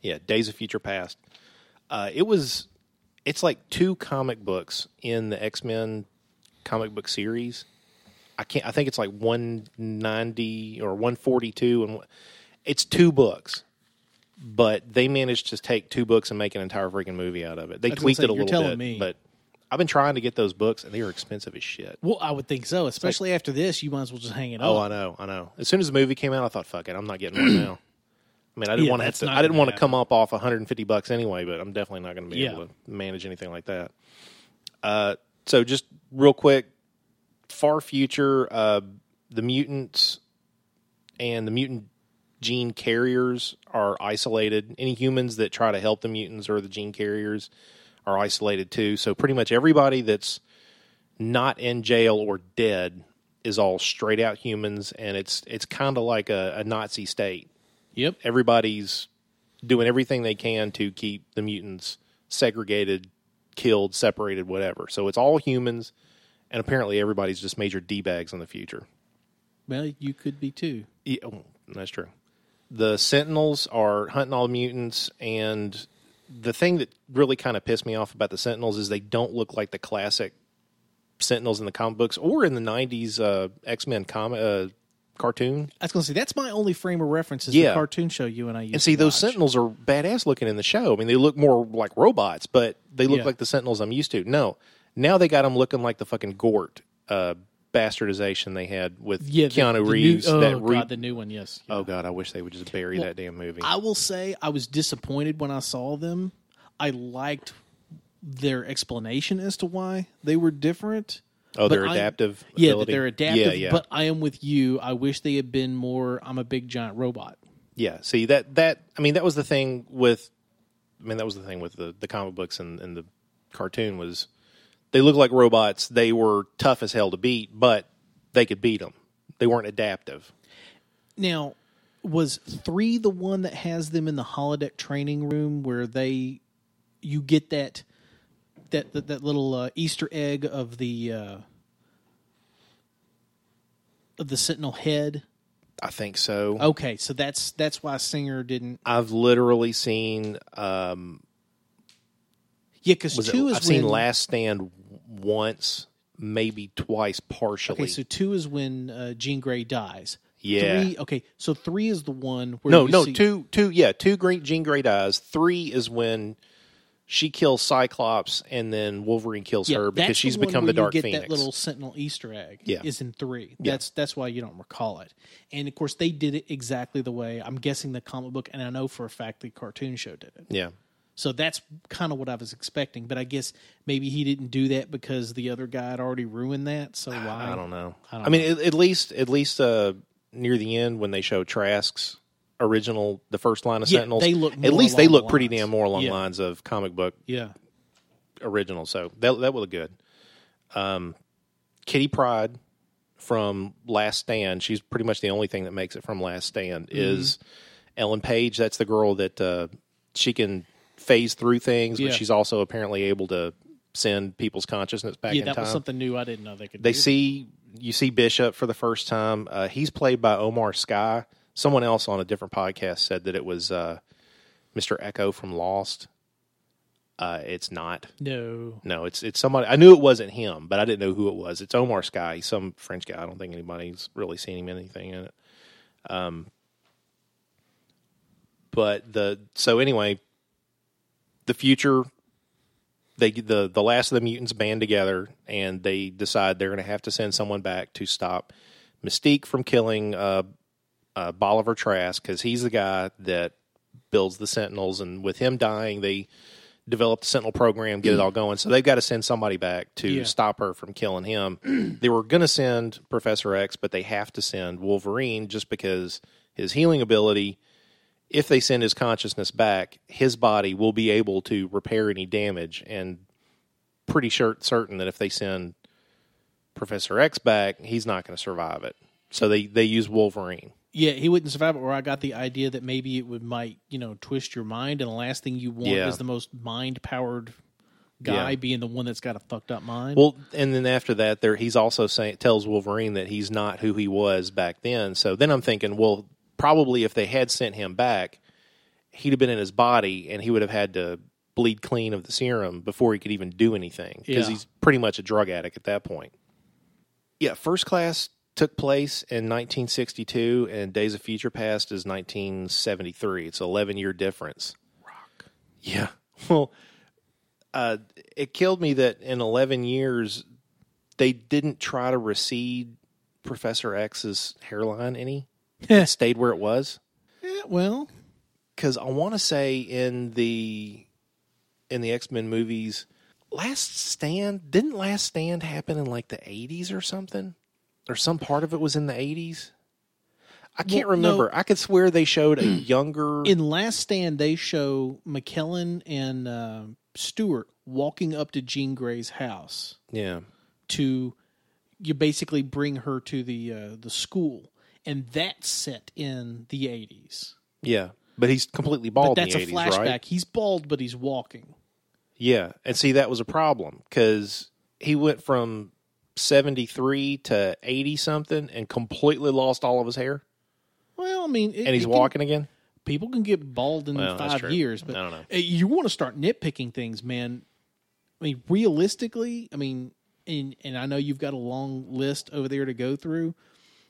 Speaker 2: Yeah, Days of Future Past. Uh, it was. It's like two comic books in the X Men comic book series. I can't. I think it's like one ninety or one forty two, and one- it's two books. But they managed to take two books and make an entire freaking movie out of it. They
Speaker 3: was gonna
Speaker 2: tweaked
Speaker 3: say,
Speaker 2: it a
Speaker 3: you're
Speaker 2: little
Speaker 3: telling
Speaker 2: bit,
Speaker 3: me.
Speaker 2: but I've been trying to get those books, and they are expensive as shit.
Speaker 3: Well, I would think so, especially after this. You might as well just hang it
Speaker 2: Oh,
Speaker 3: up.
Speaker 2: I know, I know. As soon as the movie came out, I thought, "Fuck it, I'm not getting one now." I mean, I didn't
Speaker 3: Yeah,
Speaker 2: want
Speaker 3: that's
Speaker 2: to.
Speaker 3: not
Speaker 2: I didn't
Speaker 3: gonna
Speaker 2: want to come up off 150 bucks anyway, but I'm definitely not going to be
Speaker 3: Yeah.
Speaker 2: able to manage anything like that. Uh, so just real quick, far future, uh, the mutants and the mutant gene carriers are isolated. Any humans that try to help the mutants or the gene carriers are isolated too. So pretty much everybody that's not in jail or dead is all straight out humans, and it's it's kind of like a, a Nazi state.
Speaker 3: Yep.
Speaker 2: Everybody's doing everything they can to keep the mutants segregated, killed, separated, whatever. So it's all humans, and apparently everybody's just major d bags in the future.
Speaker 3: Well, you could be too.
Speaker 2: Yeah, oh, that's true. The Sentinels are hunting all mutants, and the thing that really kind of pissed me off about the Sentinels is they don't look like the classic Sentinels in the comic books or in the '90s uh, X Men com- uh, cartoon.
Speaker 3: I was going to say that's my only frame of reference is
Speaker 2: Yeah.
Speaker 3: the cartoon show you and I used.
Speaker 2: And see,
Speaker 3: to
Speaker 2: those
Speaker 3: watch.
Speaker 2: Sentinels are badass looking in the show. I mean, they look more like robots, but they look
Speaker 3: Yeah.
Speaker 2: like the Sentinels I'm used to. No, now they got them looking like the fucking Gort uh, bastardization they had with
Speaker 3: Yeah, the- the
Speaker 2: Keanu
Speaker 3: new-
Speaker 2: Reeves.
Speaker 3: oh
Speaker 2: that re-
Speaker 3: God, the new one. Yes.
Speaker 2: oh god, I wish they would just bury that damn movie.
Speaker 3: I will say I was disappointed when I saw them. I liked their explanation as to why they were different.
Speaker 2: Oh,
Speaker 3: But
Speaker 2: their
Speaker 3: I-
Speaker 2: adaptive.
Speaker 3: Yeah, that
Speaker 2: ability?
Speaker 3: they're adaptive.
Speaker 2: Yeah, yeah,
Speaker 3: But I am with you. I wish they had been more. I'm a big giant robot.
Speaker 2: yeah. See that that I mean that was the thing with, I mean that was the thing with the the comic books and and the cartoon was they looked like robots. They were tough as hell to beat, but they could beat them. They weren't adaptive.
Speaker 3: Now, was three the one that has them in the holodeck training room where they you get that that that, that little uh, Easter egg of the uh, of the Sentinel head?
Speaker 2: I think so.
Speaker 3: Okay, so that's that's why Singer didn't.
Speaker 2: I've literally seen um
Speaker 3: Yeah, because
Speaker 2: was it-
Speaker 3: two is
Speaker 2: I've seen
Speaker 3: when,
Speaker 2: Last Stand once, maybe twice partially.
Speaker 3: Okay, so two is when uh, Jean Grey dies.
Speaker 2: Yeah.
Speaker 3: Three, okay, so three is the one where
Speaker 2: No,
Speaker 3: you
Speaker 2: no,
Speaker 3: see-
Speaker 2: two, two, yeah, two green Jean Grey dies. Three is when she kills Cyclops, and then Wolverine kills
Speaker 3: Yeah,
Speaker 2: her because
Speaker 3: that's
Speaker 2: she's
Speaker 3: the one
Speaker 2: become
Speaker 3: where
Speaker 2: the Dark
Speaker 3: you get
Speaker 2: Phoenix.
Speaker 3: That little Sentinel Easter egg
Speaker 2: Yeah.
Speaker 3: is in three. That's that's why you don't recall it. And of course, they did it exactly the way I'm guessing the comic book, and I know for a fact the cartoon show did it.
Speaker 2: yeah,
Speaker 3: So that's kind of what I was expecting. But I guess maybe he didn't do that because the other guy had already ruined that. So why?
Speaker 2: I don't know. I,
Speaker 3: don't
Speaker 2: mean, At, at least, at least uh, near the end when they show Trask's original, the first line of
Speaker 3: Yeah,
Speaker 2: Sentinels,
Speaker 3: they look
Speaker 2: at
Speaker 3: more
Speaker 2: least they
Speaker 3: along the
Speaker 2: look pretty
Speaker 3: lines.
Speaker 2: damn more along
Speaker 3: Yeah.
Speaker 2: lines of comic book
Speaker 3: Yeah.
Speaker 2: original. So that that would look good. Um, Kitty Pride from Last Stand. She's pretty much the only thing that makes it from Last Stand
Speaker 3: Mm-hmm.
Speaker 2: is Ellen Page. That's the girl that uh, she can phase through things,
Speaker 3: Yeah.
Speaker 2: but she's also apparently able to send people's consciousness back
Speaker 3: Yeah,
Speaker 2: in
Speaker 3: that
Speaker 2: time.
Speaker 3: was something new I didn't know they could
Speaker 2: they
Speaker 3: do.
Speaker 2: see you see Bishop for the first time. Uh, he's played by Omar Sky. Someone else on a different podcast said that it was uh, Mr. Echo from Lost. Uh, it's not.
Speaker 3: No.
Speaker 2: No, it's it's somebody. I knew it wasn't him, but I didn't know who it was. It's Omar Sky, He's some French guy. I don't think anybody's really seen him in anything in it. Um, but the so anyway, the future. They the the last of the mutants band together, and they decide they're going to have to send someone back to stop Mystique from killing uh, uh, Bolivar Trask because he's the guy that builds the Sentinels, and with him dying, they develop the Sentinel program, get it all going. So they've got to send somebody back to
Speaker 3: Yeah.
Speaker 2: stop her from killing him. [clears throat] they were going to send Professor X, but they have to send Wolverine just because his healing ability if they send his consciousness back, his body will be able to repair any damage. And pretty sure certain that if they send Professor X back, he's not going to survive it. So they they use Wolverine.
Speaker 3: Yeah, he wouldn't survive it. Or I got the idea that maybe it would might you know twist your mind, and the last thing you want
Speaker 2: Yeah.
Speaker 3: is the most mind powered guy
Speaker 2: Yeah.
Speaker 3: being the one that's got a fucked up mind.
Speaker 2: Well, and then after that, there he's also saying tells Wolverine that he's not who he was back then. So then I'm thinking, well, probably if they had sent him back, he'd have been in his body, and he would have had to bleed clean of the serum before he could even do anything because
Speaker 3: Yeah.
Speaker 2: he's pretty much a drug addict at that point. Yeah, First Class took place in 1962, and Days of Future Past is 1973. It's an 11 year difference. Yeah. [laughs] Well, uh, it killed me that in 11 years, they didn't try to recede Professor X's hairline any. it stayed where it was.
Speaker 3: Eh, well,
Speaker 2: Because I want to say in the in the X Men movies, Last Stand didn't Last Stand happen in like the 80s or something, or some part of it was in the 80s. I can't
Speaker 3: Well, no.
Speaker 2: remember. I could swear they showed a younger.
Speaker 3: in Last Stand, they show McKellen and uh, Stewart walking up to Jean Grey's house
Speaker 2: yeah.
Speaker 3: to you basically bring her to the uh, the school, and that's set in the eighties.
Speaker 2: Yeah. But he's completely
Speaker 3: But
Speaker 2: bald
Speaker 3: that's
Speaker 2: in the
Speaker 3: a
Speaker 2: 80s,
Speaker 3: flashback.
Speaker 2: right?
Speaker 3: He's bald, but he's walking.
Speaker 2: Yeah. And see, that was a problem because he went from 73 to 80 something and completely lost all of his hair.
Speaker 3: Well, I mean, it-
Speaker 2: And he's
Speaker 3: it can-
Speaker 2: walking again.
Speaker 3: people can get bald in
Speaker 2: Well, that's
Speaker 3: five
Speaker 2: true.
Speaker 3: years, but
Speaker 2: I don't know.
Speaker 3: uh, you want to start nitpicking things, man. I mean, realistically, I mean, and and I know you've got a long list over there to go through,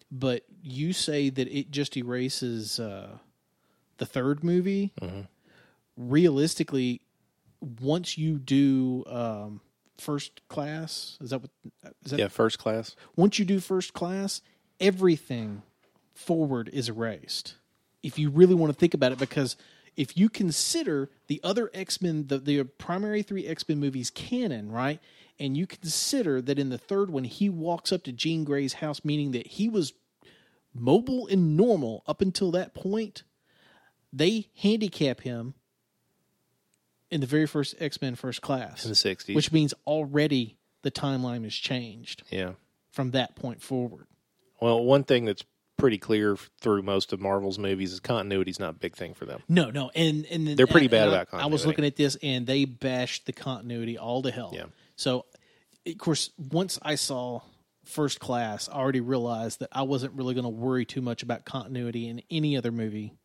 Speaker 3: but you say that it just erases uh, the third movie.
Speaker 2: Mm-hmm.
Speaker 3: Realistically, once you do um, first class, is that what? Is that
Speaker 2: Yeah. First class.
Speaker 3: once you do first class, everything forward is erased. If you really want to think about it, because if you consider the other X Men, the, the primary three X Men movies canon, right? And you consider that in the third one, he walks up to Jean Grey's house, meaning that he was mobile and normal up until that point. They handicap him in the very first X Men first class,
Speaker 2: In the 60s.
Speaker 3: which means already the timeline has changed
Speaker 2: yeah.
Speaker 3: from that point forward.
Speaker 2: Well, one thing that's pretty clear f- through most of Marvel's movies is continuity's not a big thing for them.
Speaker 3: No, no, and and
Speaker 2: They're pretty
Speaker 3: and
Speaker 2: bad
Speaker 3: I-
Speaker 2: about
Speaker 3: I was
Speaker 2: continuity.
Speaker 3: looking at this, and they bashed the continuity all to hell.
Speaker 2: Yeah.
Speaker 3: So, of course, once I saw First Class, I already realized that I wasn't really going to worry too much about continuity in any other movie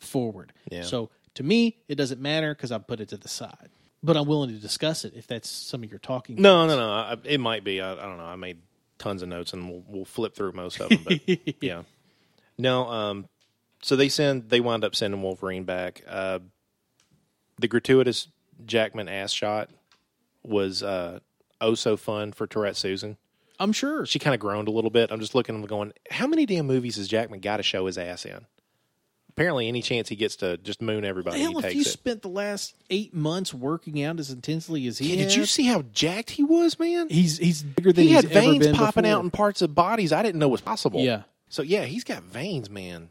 Speaker 3: forward.
Speaker 2: Yeah.
Speaker 3: So to me, it doesn't matter because I put it to the side. But I'm willing to discuss it if that's some of your talking.
Speaker 2: No, no, no. I, it might be. I, I don't know. I made tons of notes, and we'll, we'll flip through most of [laughs] them. But yeah, no. Um, so they send. They wind up sending Wolverine back. Uh, the gratuitous Jackman ass shot was uh, oh so fun for Tourette Susan.
Speaker 3: I'm sure.
Speaker 2: She kind of groaned a little bit. I'm just looking and going, how many damn movies has Jackman got to show his ass in? Apparently, any chance he gets to just moon everybody, he
Speaker 3: Hell, if
Speaker 2: takes
Speaker 3: you
Speaker 2: it.
Speaker 3: spent the last eight months working out as intensely as he
Speaker 2: Yeah, Did you
Speaker 3: has,
Speaker 2: see how jacked he was, man?
Speaker 3: He's he's bigger than
Speaker 2: he
Speaker 3: he's
Speaker 2: had
Speaker 3: ever
Speaker 2: veins
Speaker 3: been
Speaker 2: popping
Speaker 3: before.
Speaker 2: out in parts of bodies I didn't know was possible.
Speaker 3: Yeah.
Speaker 2: So yeah, he's got veins, man.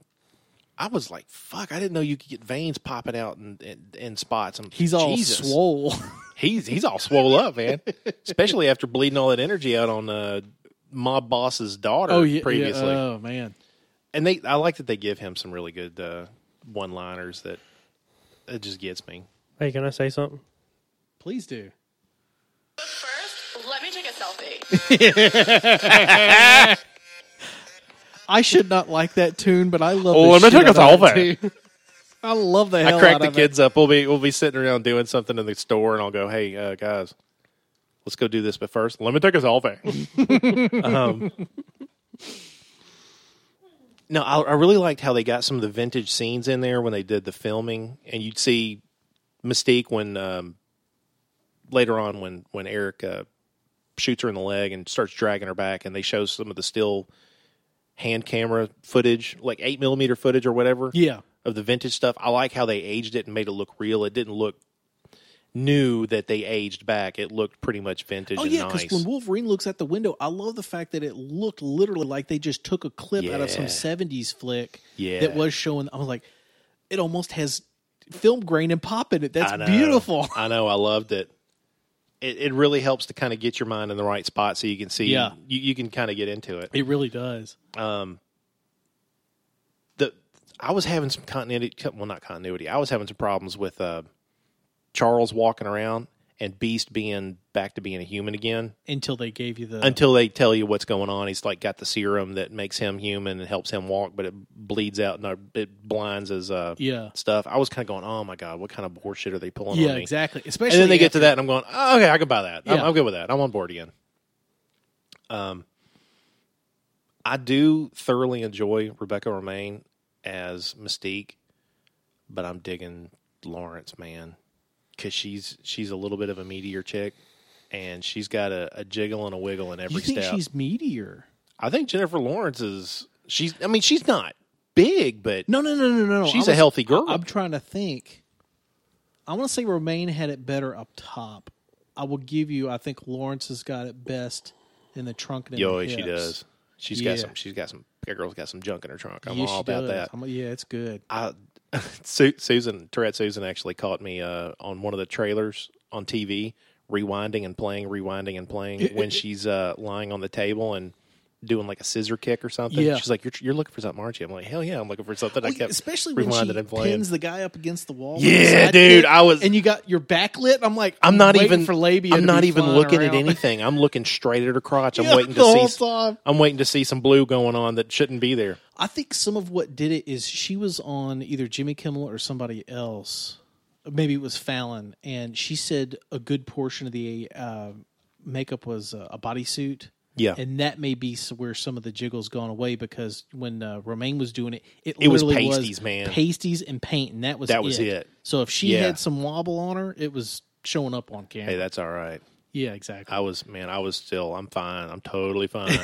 Speaker 2: I was like, fuck, I didn't know you could get veins popping out in in, in spots. I'm,
Speaker 3: He's all
Speaker 2: Jesus. [laughs]
Speaker 3: swole.
Speaker 2: He's he's all swole up, man. Especially after bleeding all that energy out on uh, mob boss's daughter previously.
Speaker 3: oh man.
Speaker 2: and they, I like that they give him some really good uh, one-liners that it just gets me.
Speaker 4: Hey, can I say something?
Speaker 3: Please do.
Speaker 5: But first, let me take a selfie.
Speaker 3: I should not like that tune, but I love.
Speaker 2: Oh,
Speaker 3: the
Speaker 2: I'm gonna
Speaker 3: shit
Speaker 2: take us
Speaker 3: out of
Speaker 2: all
Speaker 3: it,
Speaker 2: there.
Speaker 3: too. [laughs] I love the hell
Speaker 2: I crack
Speaker 3: out
Speaker 2: the
Speaker 3: of
Speaker 2: kids up. We'll be we'll be sitting around doing something in the store, and I'll go, "Hey uh, guys, let's go do this." But first, let me take us all back. um,
Speaker 3: [laughs]
Speaker 2: no, I, I really liked how they got some of the vintage scenes in there when they did the filming, and you'd see Mystique when um, later on when when Eric uh, shoots her in the leg and starts dragging her back, and they show some of the still hand camera footage, like eight millimeter footage or whatever
Speaker 3: It. Yeah,
Speaker 2: of the vintage stuff. I like how they aged it and made it look real. It didn't look new that they aged back. It looked pretty much vintage
Speaker 3: oh
Speaker 2: and
Speaker 3: yeah. Because
Speaker 2: nice.
Speaker 3: when Wolverine looks out the window, I love the fact that it looked literally like they just took a clip out of some
Speaker 2: Yeah.
Speaker 3: '70s flick
Speaker 2: Yeah.
Speaker 3: that was showing. I was like, it almost has film grain and pop in it. That's
Speaker 2: I know.
Speaker 3: beautiful. [laughs]
Speaker 2: I know. I loved it. It, it really helps to kind of get your mind in the right spot so you can see.
Speaker 3: Yeah.
Speaker 2: You, you can kind of get into it.
Speaker 3: It really does.
Speaker 2: The I was having some continuity. Well, not continuity. I was having some problems with uh, Charles walking around and Beast being back to being a human again
Speaker 3: Until they gave you the
Speaker 2: until they tell you what's going on. He's like got the serum that makes him human and helps him walk, but it bleeds out and uh, it blinds his uh,
Speaker 3: Yeah.
Speaker 2: stuff. I was kind of going, oh my god, what kind of bullshit are they pulling
Speaker 3: yeah,
Speaker 2: on me?
Speaker 3: exactly. Especially uh,
Speaker 2: and then they get
Speaker 3: after-
Speaker 2: to that, and I'm going, oh, okay, I can buy that. I'm,
Speaker 3: Yeah.
Speaker 2: I'm good with that. I'm on board again. Um, I do thoroughly enjoy Rebecca Romaine as Mystique, but I'm digging Lawrence, man, because she's she's a little bit of a meteor chick, and she's got a, a jiggle and a wiggle in every
Speaker 3: You think
Speaker 2: step.
Speaker 3: she's meteor?
Speaker 2: I think Jennifer Lawrence is she's. I mean, she's not big, but
Speaker 3: No, no, no, no, no, no.
Speaker 2: She's
Speaker 3: I
Speaker 2: a healthy girl.
Speaker 3: I, am trying to think. I want to say Romaine had it better up top. I will give you. I think Lawrence has got it best in the trunk and in
Speaker 2: yo,
Speaker 3: the
Speaker 2: she
Speaker 3: hips.
Speaker 2: does. She's got
Speaker 3: Yeah.
Speaker 2: some. She's got some. That girl's got some junk in her trunk. I'm
Speaker 3: Yeah,
Speaker 2: all
Speaker 3: she
Speaker 2: about
Speaker 3: does.
Speaker 2: that.
Speaker 3: I'm- yeah, it's good.
Speaker 2: I, [laughs] Su- Susan Tourette Susan actually caught me uh, on one of the trailers on TV, rewinding and playing, rewinding and playing when she's uh, lying on the table and doing like a scissor kick or something.
Speaker 3: Yeah.
Speaker 2: She's like, "You're you're looking for something, aren't you?" I'm like, "Hell yeah, I'm looking for something." I
Speaker 3: Well,
Speaker 2: kept
Speaker 3: especially when
Speaker 2: rewinding
Speaker 3: she
Speaker 2: and playing.
Speaker 3: pins the guy up against the wall. with
Speaker 2: Yeah,
Speaker 3: the side
Speaker 2: dude,
Speaker 3: kick,
Speaker 2: I was-
Speaker 3: and you got your backlit. I'm like,
Speaker 2: I'm not
Speaker 3: waiting
Speaker 2: even
Speaker 3: for labia.
Speaker 2: I'm
Speaker 3: to
Speaker 2: not
Speaker 3: be
Speaker 2: even
Speaker 3: flying
Speaker 2: looking at
Speaker 3: around.
Speaker 2: anything. I'm looking straight at her crotch. I'm
Speaker 3: [laughs] Yeah,
Speaker 2: waiting
Speaker 3: the
Speaker 2: to see.
Speaker 3: whole
Speaker 2: s-
Speaker 3: time.
Speaker 2: I'm waiting to see some blue going on that shouldn't be there.
Speaker 3: I think some of what did it is she was on either Jimmy Kimmel or somebody else. Maybe it was Fallon, and she said a good portion of the uh, makeup was uh, a bodysuit.
Speaker 2: Yeah.
Speaker 3: and that may be s- where some of the jiggle's gone away because when uh, Romaine was doing it, it,
Speaker 2: It was
Speaker 3: literally
Speaker 2: pasties, man.
Speaker 3: pasties and paint, and that was
Speaker 2: That was it.
Speaker 3: So if she
Speaker 2: Yeah.
Speaker 3: had some wobble on her, it was showing up on camera.
Speaker 2: Hey, that's all right.
Speaker 3: yeah, exactly.
Speaker 2: I was, man, I was still, I'm fine. I'm totally fine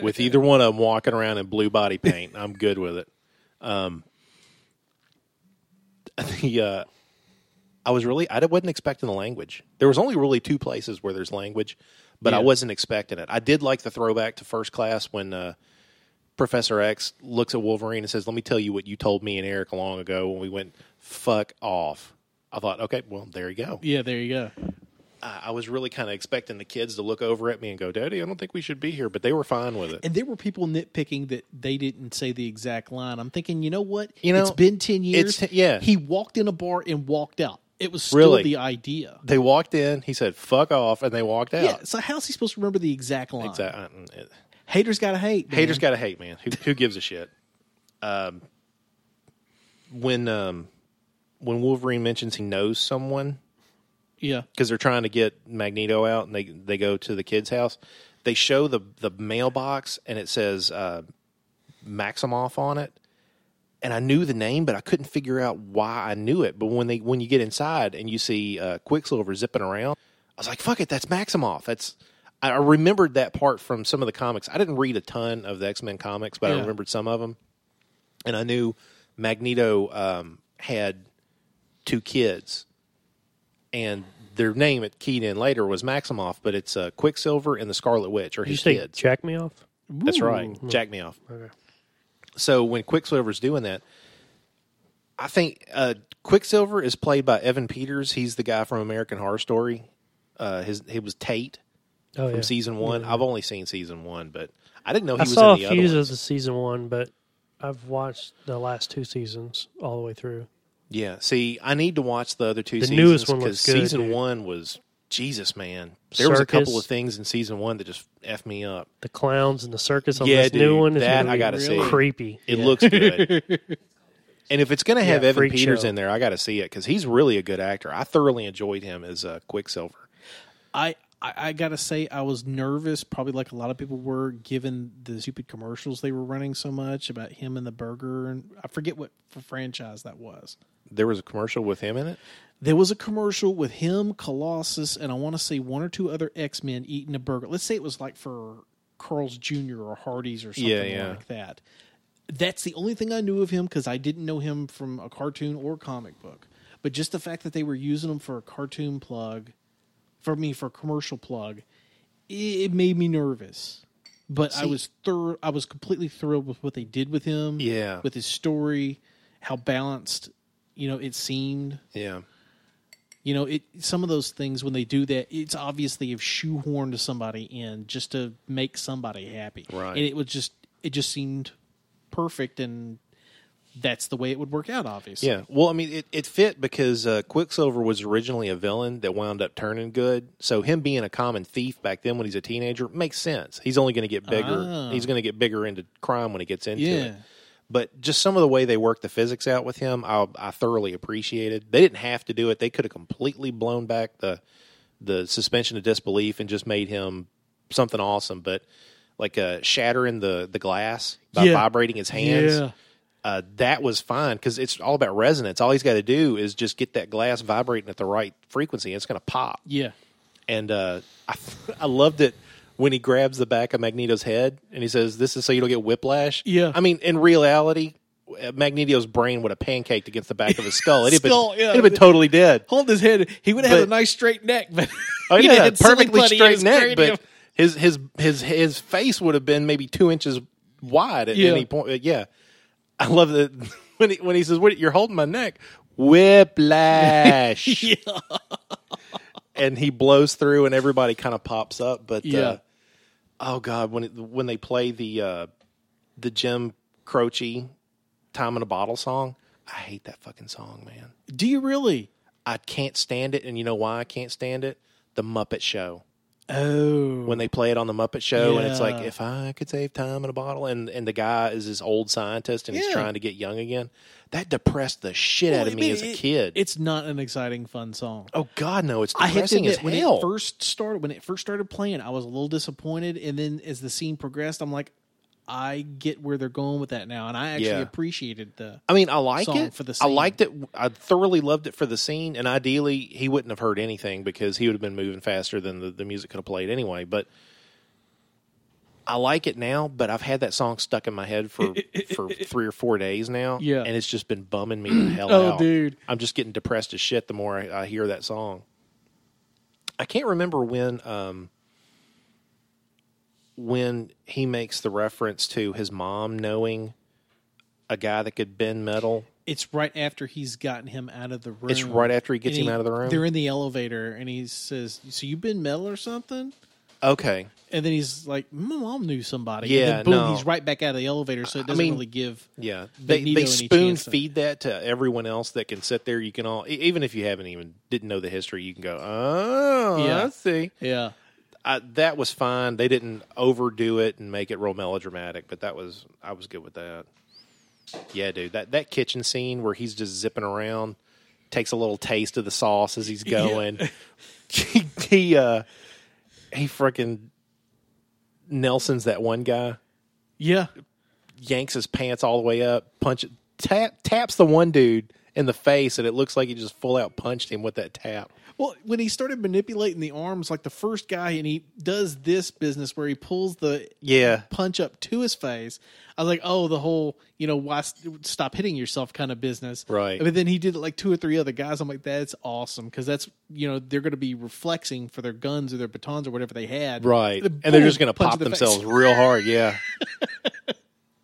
Speaker 2: with either one of them walking around in blue body paint. I'm good with it. Um, the, uh, I was really, I wasn't expecting the language. There was only really two places where there's language, but I
Speaker 3: Yeah.
Speaker 2: wasn't expecting it. I did like the throwback to first class when, uh, Professor X looks at Wolverine and says, "Let me tell you what you told me and Eric long ago when we went fuck off." I thought, okay, well, there you go.
Speaker 3: yeah, there you go.
Speaker 2: I I was really kind of expecting the kids to look over at me and go, "Daddy, I don't think we should be here," but they were fine with it.
Speaker 3: And there were people nitpicking that they didn't say the exact line. I'm thinking, you know what?
Speaker 2: You know,
Speaker 3: it's been ten years.
Speaker 2: it's- yeah.
Speaker 3: he walked in a bar and walked out. It was still
Speaker 2: Really?
Speaker 3: the idea.
Speaker 2: They walked in. He said, "Fuck off," and they walked out.
Speaker 3: Yeah. So how's he supposed to remember the exact line?
Speaker 2: Exa- I- mm, it-
Speaker 3: Haters gotta hate. man.
Speaker 2: Haters got to hate, man. Who, who gives a shit? Um, when um, when Wolverine mentions he knows someone
Speaker 3: Yeah.
Speaker 2: because they're trying to get Magneto out, and they they go to the kid's house. They show the the mailbox, and it says uh, Maximoff on it. And I knew the name, but I couldn't figure out why I knew it. But when they when you get inside and you see uh, Quicksilver zipping around, I was like, "Fuck it, that's Maximoff." That's I I remembered that part from some of the comics. I didn't read a ton of the X Men comics, but I
Speaker 3: Yeah.
Speaker 2: remembered some of them, and I knew Magneto um, had two kids, and their name it keyed in later was Maximoff, but it's uh, Quicksilver and the Scarlet Witch are
Speaker 4: Did you
Speaker 2: his
Speaker 4: say
Speaker 2: kids.
Speaker 4: jack me off?
Speaker 2: That's right, Jack me off. So when Quicksilver's doing that, I think uh, Quicksilver is played by Evan Peters. He's the guy from American Horror Story. Uh, his he was Tate
Speaker 4: Oh,
Speaker 2: from
Speaker 4: yeah.
Speaker 2: season one. I've only seen season one, but I didn't know he
Speaker 4: I
Speaker 2: was
Speaker 4: saw
Speaker 2: in
Speaker 4: a
Speaker 2: the
Speaker 4: few
Speaker 2: other ones.
Speaker 4: of the season one, but I've watched the last two seasons all the way through.
Speaker 2: Yeah. See, I need to watch the other two
Speaker 4: The
Speaker 2: seasons
Speaker 4: newest one looks good,
Speaker 2: season
Speaker 4: dude.
Speaker 2: one was Jesus, man. There was a
Speaker 4: Circus.
Speaker 2: couple of things in season one that just f me up.
Speaker 4: The clowns and the circus on
Speaker 2: Yeah,
Speaker 4: this new
Speaker 2: dude,
Speaker 4: one is
Speaker 2: that
Speaker 4: gonna
Speaker 2: I
Speaker 4: be
Speaker 2: gotta see.
Speaker 4: creepy.
Speaker 2: It looks good.
Speaker 4: [laughs]
Speaker 2: and if it's going to have
Speaker 4: Yeah,
Speaker 2: Evan
Speaker 4: freak
Speaker 2: Peters
Speaker 4: show.
Speaker 2: in there, I got to see it because he's really a good actor. I thoroughly enjoyed him as uh, Quicksilver.
Speaker 3: I, I I gotta say I was nervous, probably like a lot of people were, given the stupid commercials they were running so much about him and the burger, and I forget what f- franchise that was.
Speaker 2: There was a commercial with him in it.
Speaker 3: There was a commercial with him, Colossus, and I want to say one or two other X Men eating a burger. Let's say it was like for Carl's Jr. or Hardee's or something
Speaker 2: Yeah, yeah.
Speaker 3: like that. That's the only thing I knew of him because I didn't know him from a cartoon or comic book. But just the fact that they were using him for a cartoon plug, for me for a commercial plug, it, it made me nervous. But I was thorough, I was completely thrilled with what they did with him.
Speaker 2: Yeah.
Speaker 3: with his story how balanced, you know, it seemed.
Speaker 2: Yeah.
Speaker 3: You know, it some of those things when they do that, it's obvious they have shoehorned somebody in just to make somebody happy.
Speaker 2: Right.
Speaker 3: And it was just it just seemed perfect and that's the way it would work out, obviously.
Speaker 2: Yeah. Well, I mean, it, it fit because uh, Quicksilver was originally a villain that wound up turning good. So him being a common thief back then when he's a teenager makes sense. He's only going to get bigger.
Speaker 3: Ah.
Speaker 2: He's going to get bigger into crime when he gets into
Speaker 3: Yeah.
Speaker 2: it. But just some of the way they worked the physics out with him, I, I thoroughly appreciated. They didn't have to do it. They could have completely blown back the the suspension of disbelief and just made him something awesome. But like uh, shattering the the glass by
Speaker 3: Yeah.
Speaker 2: vibrating his hands
Speaker 3: Yeah.
Speaker 2: uh, that was fine because it's all about resonance. All he's got to do is just get that glass vibrating at the right frequency, and it's going to pop.
Speaker 3: Yeah.
Speaker 2: And uh, I, [laughs] I loved it when he grabs the back of Magneto's head and he says, "This is so you don't get whiplash."
Speaker 3: Yeah.
Speaker 2: I mean, in reality, uh, Magneto's brain would have pancaked against the back of his skull. It'd have been,
Speaker 3: [laughs] Skull, yeah.
Speaker 2: it'd have been totally dead.
Speaker 3: Hold his head. He would have had
Speaker 2: But-
Speaker 3: a nice straight neck, but [laughs]
Speaker 2: Oh
Speaker 3: he'd
Speaker 2: yeah,
Speaker 3: had
Speaker 2: perfectly
Speaker 3: somebody in
Speaker 2: straight
Speaker 3: his
Speaker 2: neck,
Speaker 3: cranium.
Speaker 2: but his his his his face would have been maybe two inches wide at
Speaker 3: Yeah.
Speaker 2: any point. Uh, Yeah, I love that [laughs] when he, when he says, "What you're holding my neck."
Speaker 3: [laughs]
Speaker 2: Whiplash, and he blows through, and everybody kind of pops up. But
Speaker 3: Yeah.
Speaker 2: uh, oh god, when it, when they play the uh, the Jim Croce "Time in a Bottle" song, I hate that fucking song, man.
Speaker 3: Do you really?
Speaker 2: I can't stand it, and you know why I can't stand it? The Muppet Show
Speaker 3: Oh.
Speaker 2: when they play it on the Muppet Show, and it's like
Speaker 3: Yeah.
Speaker 2: if I could save time in a bottle, and and the guy is this old scientist and he's
Speaker 3: Yeah.
Speaker 2: trying to get young again. That depressed the shit out
Speaker 3: Well,
Speaker 2: of
Speaker 3: I
Speaker 2: me
Speaker 3: mean,
Speaker 2: as a
Speaker 3: it-
Speaker 2: kid.
Speaker 3: It's not an exciting, fun song.
Speaker 2: oh God, no! It's
Speaker 3: I had to
Speaker 2: depressing as
Speaker 3: admit, when
Speaker 2: hell.
Speaker 3: it first started, when it first started playing, I was a little disappointed, and then as the scene progressed, I'm like, I get where they're going with that now, and I actually
Speaker 2: Yeah.
Speaker 3: appreciated the.
Speaker 2: I mean, I like
Speaker 3: song
Speaker 2: it.
Speaker 3: for the
Speaker 2: I
Speaker 3: scene.
Speaker 2: liked it. I thoroughly loved it for the scene, and ideally, he wouldn't have heard anything because he would have been moving faster than the, the music could have played anyway. But I like it now. But I've had that song stuck in my head
Speaker 3: [laughs]
Speaker 2: for for three or four days now,
Speaker 3: Yeah.
Speaker 2: and it's just been bumming me the hell
Speaker 3: Oh,
Speaker 2: out,
Speaker 3: dude.
Speaker 2: I'm just getting depressed as shit the more I, I hear that song. I can't remember when um, when he makes the reference to his mom knowing a guy that could bend metal.
Speaker 3: It's right after he's gotten him out of the room.
Speaker 2: It's right after he gets
Speaker 3: Mm. And
Speaker 2: him
Speaker 3: he-
Speaker 2: out of the room.
Speaker 3: They're in the elevator, and he says, "So you've been metal or something?"
Speaker 2: okay,
Speaker 3: And then he's like, "My mom knew somebody."
Speaker 2: Yeah,
Speaker 3: and then boom,
Speaker 2: no.
Speaker 3: he's right back out of the elevator, so it doesn't
Speaker 2: mean-
Speaker 3: really give.
Speaker 2: yeah, they
Speaker 3: Magneto
Speaker 2: they
Speaker 3: and he
Speaker 2: spoon
Speaker 3: chance it.
Speaker 2: feed that to everyone else that can sit there. You can all, e- even if you haven't even didn't know the history, you can go, oh,
Speaker 3: Yeah.
Speaker 2: I see.
Speaker 3: Yeah,
Speaker 2: I, that was fine. They didn't overdo it and make it real melodramatic, but that was I was good with that. Yeah, dude, that that kitchen scene where he's just zipping around, takes a little taste of the sauce as he's going. he he, uh, he freaking Nelson's that one guy
Speaker 3: yeah.
Speaker 2: yanks his pants all the way up, punch tap taps the one dude in the face, and it looks like he just full out punched him with that tap.
Speaker 3: Well, when he started manipulating the arms, like the first guy, and he does this business where he pulls the
Speaker 2: Yeah,
Speaker 3: punch up to his face. I was like, oh, the whole you know why st- stop hitting yourself kind of business,
Speaker 2: Right.
Speaker 3: But then he did it like two or three other guys. I'm like, that's awesome because that's you know they're going to be reflexing for their guns or their batons or whatever they had,
Speaker 2: right?
Speaker 3: The-
Speaker 2: and they're
Speaker 3: boom,
Speaker 2: just going to
Speaker 3: punch
Speaker 2: pop
Speaker 3: in the face.
Speaker 2: themselves real hard.
Speaker 3: [laughs]
Speaker 2: Yeah,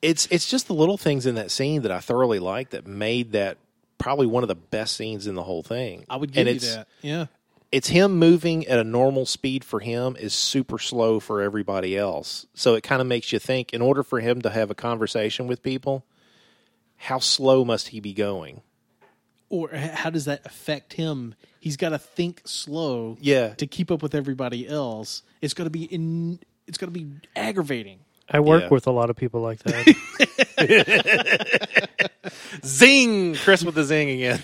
Speaker 2: it's it's just the little things in that scene that I thoroughly liked that made that probably one of the best scenes in the whole thing.
Speaker 3: I would give
Speaker 2: and
Speaker 3: you
Speaker 2: it's,
Speaker 3: that. Yeah,
Speaker 2: It's him moving at a normal speed for him is super slow for everybody else. So it kind of makes you think. In order for him to have a conversation with people, how slow must he be going?
Speaker 3: or h- how does that affect him? He's got to think slow,
Speaker 2: Yeah.
Speaker 3: to keep up with everybody else. It's going to be in. It's going to be aggravating.
Speaker 4: I work
Speaker 2: Yeah.
Speaker 4: with a lot of people like
Speaker 2: [laughs]
Speaker 4: that.
Speaker 2: Zing! Chris with the zing again.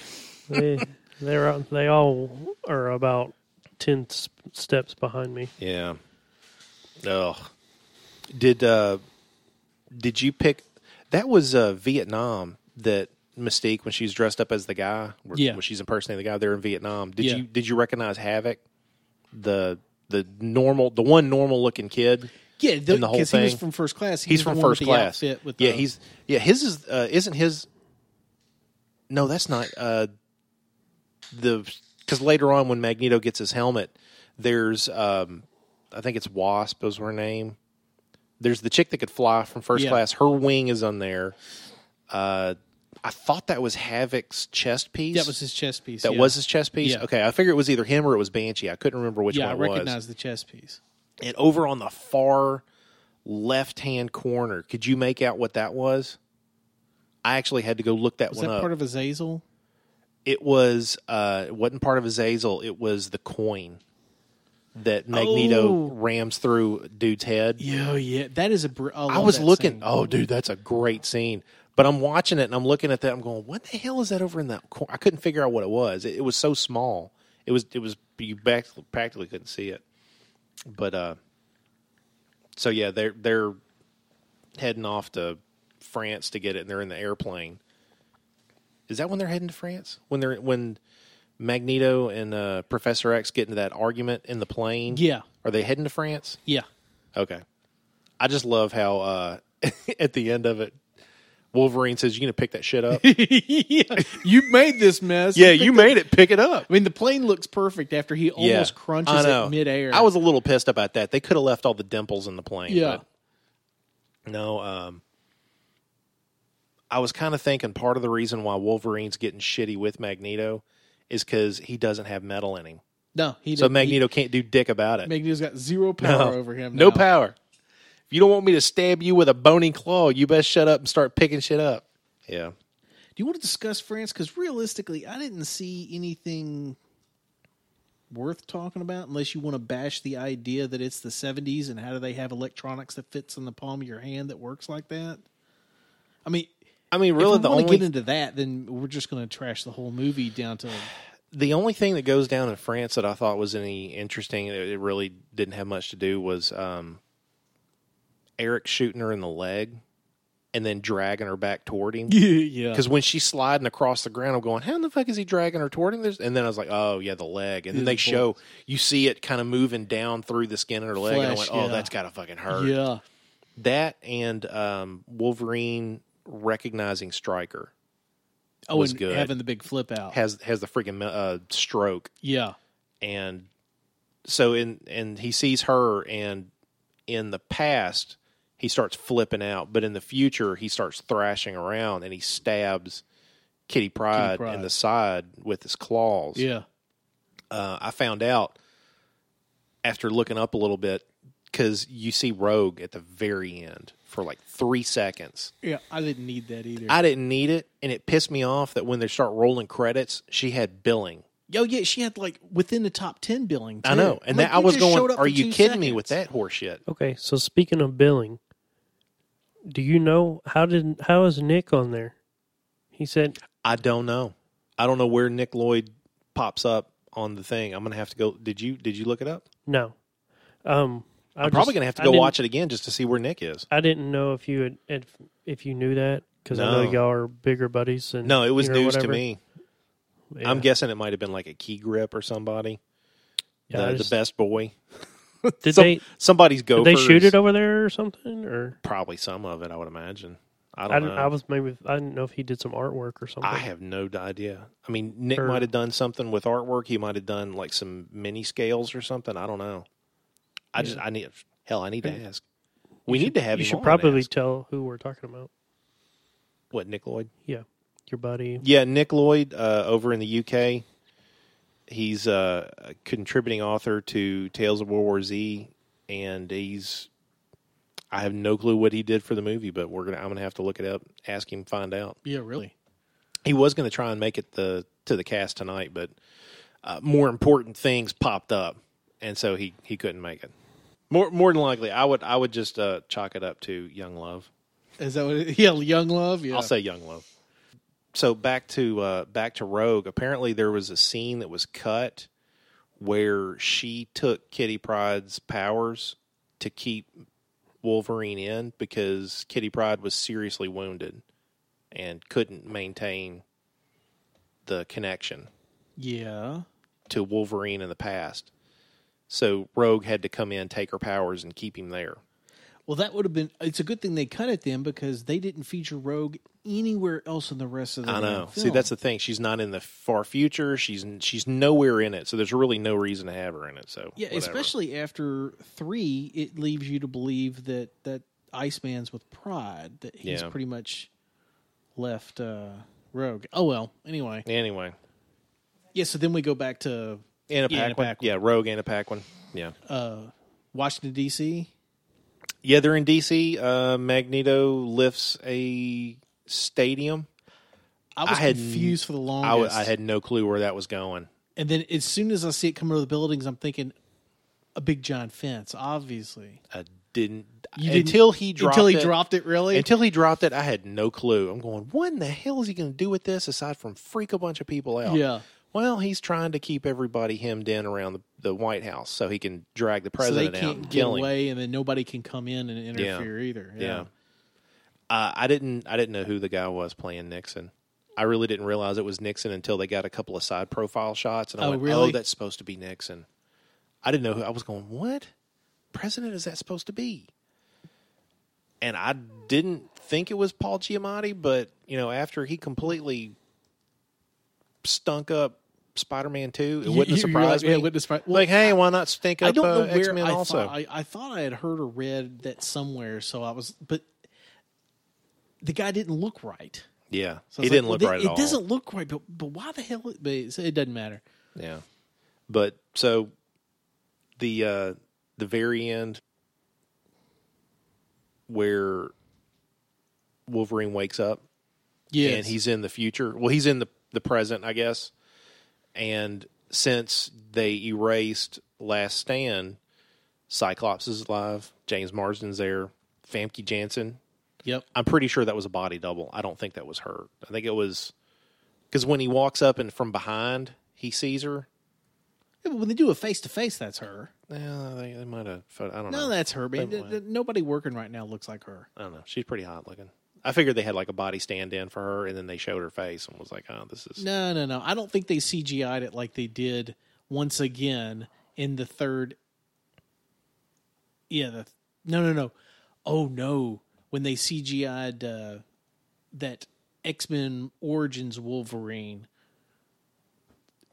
Speaker 4: they, they're uh, they all are about ten s- steps behind me.
Speaker 2: Yeah. Ugh. Did uh did you pick that was uh Vietnam that Mystique when she's dressed up as the guy where,
Speaker 3: Yeah.
Speaker 2: when she's impersonating the guy there in Vietnam. Did
Speaker 3: Yeah.
Speaker 2: you did you recognize Havoc? The the normal the one normal looking kid.
Speaker 3: Yeah,
Speaker 2: In the whole
Speaker 3: because he was
Speaker 2: thing.
Speaker 3: from first class. He
Speaker 2: He's
Speaker 3: was
Speaker 2: from
Speaker 3: the one
Speaker 2: first
Speaker 3: with
Speaker 2: class.
Speaker 3: The outfit with
Speaker 2: yeah,
Speaker 3: the-
Speaker 2: he's yeah, his is uh, isn't his No, that's not uh the cuz later on when Magneto gets his helmet, there's um I think it's Wasp is her name. There's the chick that could fly from first
Speaker 3: Yeah.
Speaker 2: class. Her wing is on there. Uh I thought that was Havoc's chest piece.
Speaker 3: That was his chess piece.
Speaker 2: That
Speaker 3: yeah.
Speaker 2: was his chess piece.
Speaker 3: Yeah.
Speaker 2: Okay, I figured it was either him or it was Banshee. I couldn't remember which
Speaker 3: Yeah, I
Speaker 2: one it
Speaker 3: recognize
Speaker 2: was.
Speaker 3: the chess piece.
Speaker 2: And over on the far left-hand corner, could you make out what that was? I actually had to go look that
Speaker 3: Was
Speaker 2: one
Speaker 3: that
Speaker 2: up.
Speaker 3: part of Azazel?
Speaker 2: it was uh, it wasn't part of Azazel. It was the coin that Magneto
Speaker 3: Oh.
Speaker 2: rams through dude's head.
Speaker 3: Yeah, Oh, yeah. That is a. Br- I,
Speaker 2: I
Speaker 3: love
Speaker 2: was
Speaker 3: that
Speaker 2: looking.
Speaker 3: scene.
Speaker 2: Oh, dude, that's a great scene. But I'm watching it and I'm looking at that. I'm going, what the hell is that over in that corner? I couldn't figure out what it was. It, it was so small. It was. It was. You back, practically couldn't see it. But uh, so yeah, they're they're heading off to France to get it, and they're in the airplane. Is that when they're heading to France? When they're when Magneto and uh, Professor X get into that argument in the plane?
Speaker 3: Yeah.
Speaker 2: Are they heading to France? [laughs]
Speaker 3: Yeah.
Speaker 2: Okay. I just love how uh, [laughs] at the end of it, Wolverine says, "You gonna pick that
Speaker 3: [laughs]
Speaker 2: shit up?
Speaker 3: You made this mess.
Speaker 2: yeah, you made it. Pick it up."
Speaker 3: I mean, the plane looks perfect after he
Speaker 2: [laughs] Yeah,
Speaker 3: almost crunches
Speaker 2: I know.
Speaker 3: it midair.
Speaker 2: I was a little pissed about that. They could have left all the dimples in the plane.
Speaker 3: Yeah.
Speaker 2: but no. Um, I was kind of thinking part of the reason why Wolverine's getting shitty with Magneto is because he doesn't have metal in him,
Speaker 3: No, he
Speaker 2: so
Speaker 3: didn't.
Speaker 2: Magneto can't do dick about [laughs]
Speaker 3: He-
Speaker 2: it.
Speaker 3: Magneto's got zero
Speaker 2: no.
Speaker 3: power over him.
Speaker 2: No
Speaker 3: now.
Speaker 2: power. If you don't want me to stab you with a bony claw, you best shut up and start picking shit up. Yeah.
Speaker 3: Do you want to discuss France? Because realistically, I didn't see anything worth talking about unless you want to bash the idea that it's the 70s and how do they have electronics that fits in the palm of your hand that works like that? I mean,
Speaker 2: I mean,
Speaker 3: really,
Speaker 2: really,
Speaker 3: if we
Speaker 2: the
Speaker 3: want
Speaker 2: only
Speaker 3: to get into that, then we're just going to trash the whole movie
Speaker 2: [laughs]
Speaker 3: down to
Speaker 2: the only thing that goes down in France that I thought was any interesting, it it really didn't have much to do, was um, Eric shooting her in the leg and then dragging her back toward him.
Speaker 3: yeah,
Speaker 2: Because when she's sliding across the ground, I'm going, how in the fuck is he dragging her toward him? There's, and then I was like, oh, yeah, the leg. And then they show, you see it kind of moving down through the skin of her leg. and I
Speaker 3: Flesh,
Speaker 2: went, oh,
Speaker 3: yeah.
Speaker 2: that's got to fucking hurt.
Speaker 3: yeah.
Speaker 2: That and um, Wolverine recognizing Stryker
Speaker 3: Oh,
Speaker 2: was
Speaker 3: and
Speaker 2: good.
Speaker 3: having the big flip out.
Speaker 2: has, has the freaking uh, stroke
Speaker 3: yeah,
Speaker 2: and so in and he sees her and in the past he starts flipping out but in the future he starts thrashing around and he stabs kitty pride,
Speaker 3: Pride.
Speaker 2: in the side with his claws
Speaker 3: yeah.
Speaker 2: uh, i found out after looking up a little bit because you see rogue at the very end for like three seconds
Speaker 3: Yeah, I didn't need that either.
Speaker 2: i didn't need it and it pissed me off that when they start rolling credits she had billing
Speaker 3: Yo, yeah, she had like within the top ten billing.
Speaker 2: I
Speaker 3: too.
Speaker 2: know, and
Speaker 3: Like,
Speaker 2: that I
Speaker 3: you
Speaker 2: was
Speaker 3: just
Speaker 2: going.
Speaker 3: showed up
Speaker 2: Are
Speaker 3: for
Speaker 2: you
Speaker 3: two
Speaker 2: kidding me with
Speaker 3: seconds.
Speaker 2: that horse shit?
Speaker 4: Okay, so speaking of billing, do you know how did how is Nick on there? He said
Speaker 2: I don't know. I don't know where Nick Lloyd pops up on the thing. I'm gonna have to go. Did you did you look it up?
Speaker 4: no. Um, I
Speaker 2: I'm
Speaker 4: just-
Speaker 2: probably gonna have to
Speaker 4: I
Speaker 2: go
Speaker 4: didn't-
Speaker 2: watch it again just to see where Nick is.
Speaker 4: I didn't know if you had if, if you knew that because I know
Speaker 2: No.
Speaker 4: y'all are bigger buddies. And
Speaker 2: No, it was
Speaker 4: you know,
Speaker 2: news to
Speaker 4: whatever.
Speaker 2: me.
Speaker 4: Yeah.
Speaker 2: I'm guessing it might have been like a key grip or somebody.
Speaker 4: Yeah, I
Speaker 2: the,
Speaker 4: just-
Speaker 2: the best boy.
Speaker 4: Did
Speaker 2: Some-
Speaker 4: they
Speaker 2: somebody's
Speaker 4: did
Speaker 2: go.
Speaker 4: they shoot it over there or something? Or
Speaker 2: Probably some of it. I would imagine. I
Speaker 4: I,
Speaker 2: don't
Speaker 4: didn't-
Speaker 2: know.
Speaker 4: I was maybe I didn't know if he did some artwork or something.
Speaker 2: I have no idea. I mean, Nick
Speaker 4: Or-
Speaker 2: might have done something with artwork. He might have done like some mini scales or something. I don't know. I just I need hell. I need to ask. We need to have. him
Speaker 4: you
Speaker 2: on
Speaker 4: should
Speaker 2: and
Speaker 4: probably
Speaker 2: ask.
Speaker 4: tell who we're talking about.
Speaker 2: what Nick Lloyd.
Speaker 4: Yeah, your buddy.
Speaker 2: Yeah, Nick Lloyd uh, over in the UK. He's uh, a contributing author to Tales of World War Z, and he's. I have no clue what he did for the movie, but we're gonna. I'm gonna have to look it up, ask him, find out.
Speaker 3: Yeah, really.
Speaker 2: he was going to try and make it the to the cast tonight, but uh, more important things popped up, and so he he couldn't make it. More more than likely, I would I would just uh, chalk it up to Young Love.
Speaker 3: Is that what? It, [laughs] yeah, Young Love. Yeah,
Speaker 2: I'll say Young Love. So back to uh, back to Rogue. Apparently, there was a scene that was cut where she took Kitty Pride's powers to keep Wolverine in because Kitty Pride was seriously wounded and couldn't maintain the connection
Speaker 3: yeah.
Speaker 2: to Wolverine in the past. So Rogue had to come in, take her powers, and keep him there.
Speaker 3: Well, that would have been. It's a good thing they cut it then because they didn't feature Rogue anywhere else in the rest of the.
Speaker 2: I
Speaker 3: damn
Speaker 2: know. See,
Speaker 3: film.
Speaker 2: that's the thing. She's not in the far future. She's she's nowhere in it. So there's really no reason to have her in it. So
Speaker 3: yeah,
Speaker 2: whatever.
Speaker 3: especially after three, it leaves you to believe that that Iceman's with Pride that he's
Speaker 2: Yeah.
Speaker 3: pretty much left uh, Rogue. Oh well. Anyway,
Speaker 2: Anyway,
Speaker 3: yeah. So then we go back to
Speaker 2: Anna
Speaker 3: Yeah, Anna
Speaker 2: Paquin. Yeah,
Speaker 3: Paquin.
Speaker 2: Rogue Anna Paquin. Yeah.
Speaker 3: Washington D.C.
Speaker 2: yeah, they're in DC. Uh, Magneto lifts a stadium.
Speaker 3: I was
Speaker 2: I had-
Speaker 3: confused for the longest.
Speaker 2: I, w- I had no clue where that was going.
Speaker 3: and then as soon as I see it come over the buildings, I'm thinking a big John fence, obviously.
Speaker 2: I didn't,
Speaker 3: You didn't-
Speaker 2: until he dropped
Speaker 3: until he
Speaker 2: it,
Speaker 3: dropped it, really.
Speaker 2: Until he dropped it, I had no clue. I'm going, what in the hell is he going to do with this aside from freak a bunch of people out?
Speaker 3: Yeah.
Speaker 2: Well, he's trying to keep everybody hemmed in around the, the White House so he can drag the
Speaker 3: so they
Speaker 2: president out
Speaker 3: can't
Speaker 2: and
Speaker 3: get
Speaker 2: kill him.
Speaker 3: away, and then nobody can come in and interfere either.
Speaker 2: Yeah. Uh, I didn't. I didn't know who the guy was playing Nixon. I really didn't realize it was Nixon until they got a couple of side profile shots, and I
Speaker 3: Oh,
Speaker 2: went,
Speaker 3: really?
Speaker 2: "Oh, that's supposed to be Nixon." I didn't know who. I was going, "What president is that supposed to be?" And I didn't think it was Paul Giamatti, but you know, after he completely stunk up Spider-Man Two, it
Speaker 3: You-
Speaker 2: wouldn't
Speaker 3: you- you're
Speaker 2: surprise
Speaker 3: like,
Speaker 2: me.
Speaker 3: yeah, it wouldn't surprise- well,
Speaker 2: like, hey, why not stink up
Speaker 3: I don't know
Speaker 2: uh,
Speaker 3: where
Speaker 2: X-Men
Speaker 3: I
Speaker 2: also?
Speaker 3: thought I, I thought I had heard or read that somewhere, so I was but the guy didn't look right.
Speaker 2: yeah,
Speaker 3: So I
Speaker 2: he
Speaker 3: was like,
Speaker 2: didn't
Speaker 3: well,
Speaker 2: look
Speaker 3: th-
Speaker 2: right at
Speaker 3: It
Speaker 2: all.
Speaker 3: doesn't look right, but but why the hell? It, but it's- it doesn't matter.
Speaker 2: Yeah. But so the uh the very end where Wolverine wakes up
Speaker 3: Yeah,
Speaker 2: and he's in the future. Well, he's in the the present, I guess. And since they erased Last Stand, Cyclops is alive, James Marsden's there, Famke Janssen.
Speaker 3: yep.
Speaker 2: I'm pretty sure that was a body double. I don't think that was her. I think it was because when he walks up and from behind, he sees her.
Speaker 3: Yeah, but when they do a face to face, that's her.
Speaker 2: Yeah, they, they might have. I don't know.
Speaker 3: No, that's her. Man.
Speaker 2: They
Speaker 3: Th- th- Nobody working right now looks like her.
Speaker 2: I don't know. She's pretty hot looking. I figured they had like a body stand in for her, and then they showed her face and was like, "Oh, this is."
Speaker 3: No, no, no. I don't think they CGI'd it like they did once again in the third. Yeah, the no, no, no. Oh no, when they CGI'd uh, that X Men Origins Wolverine.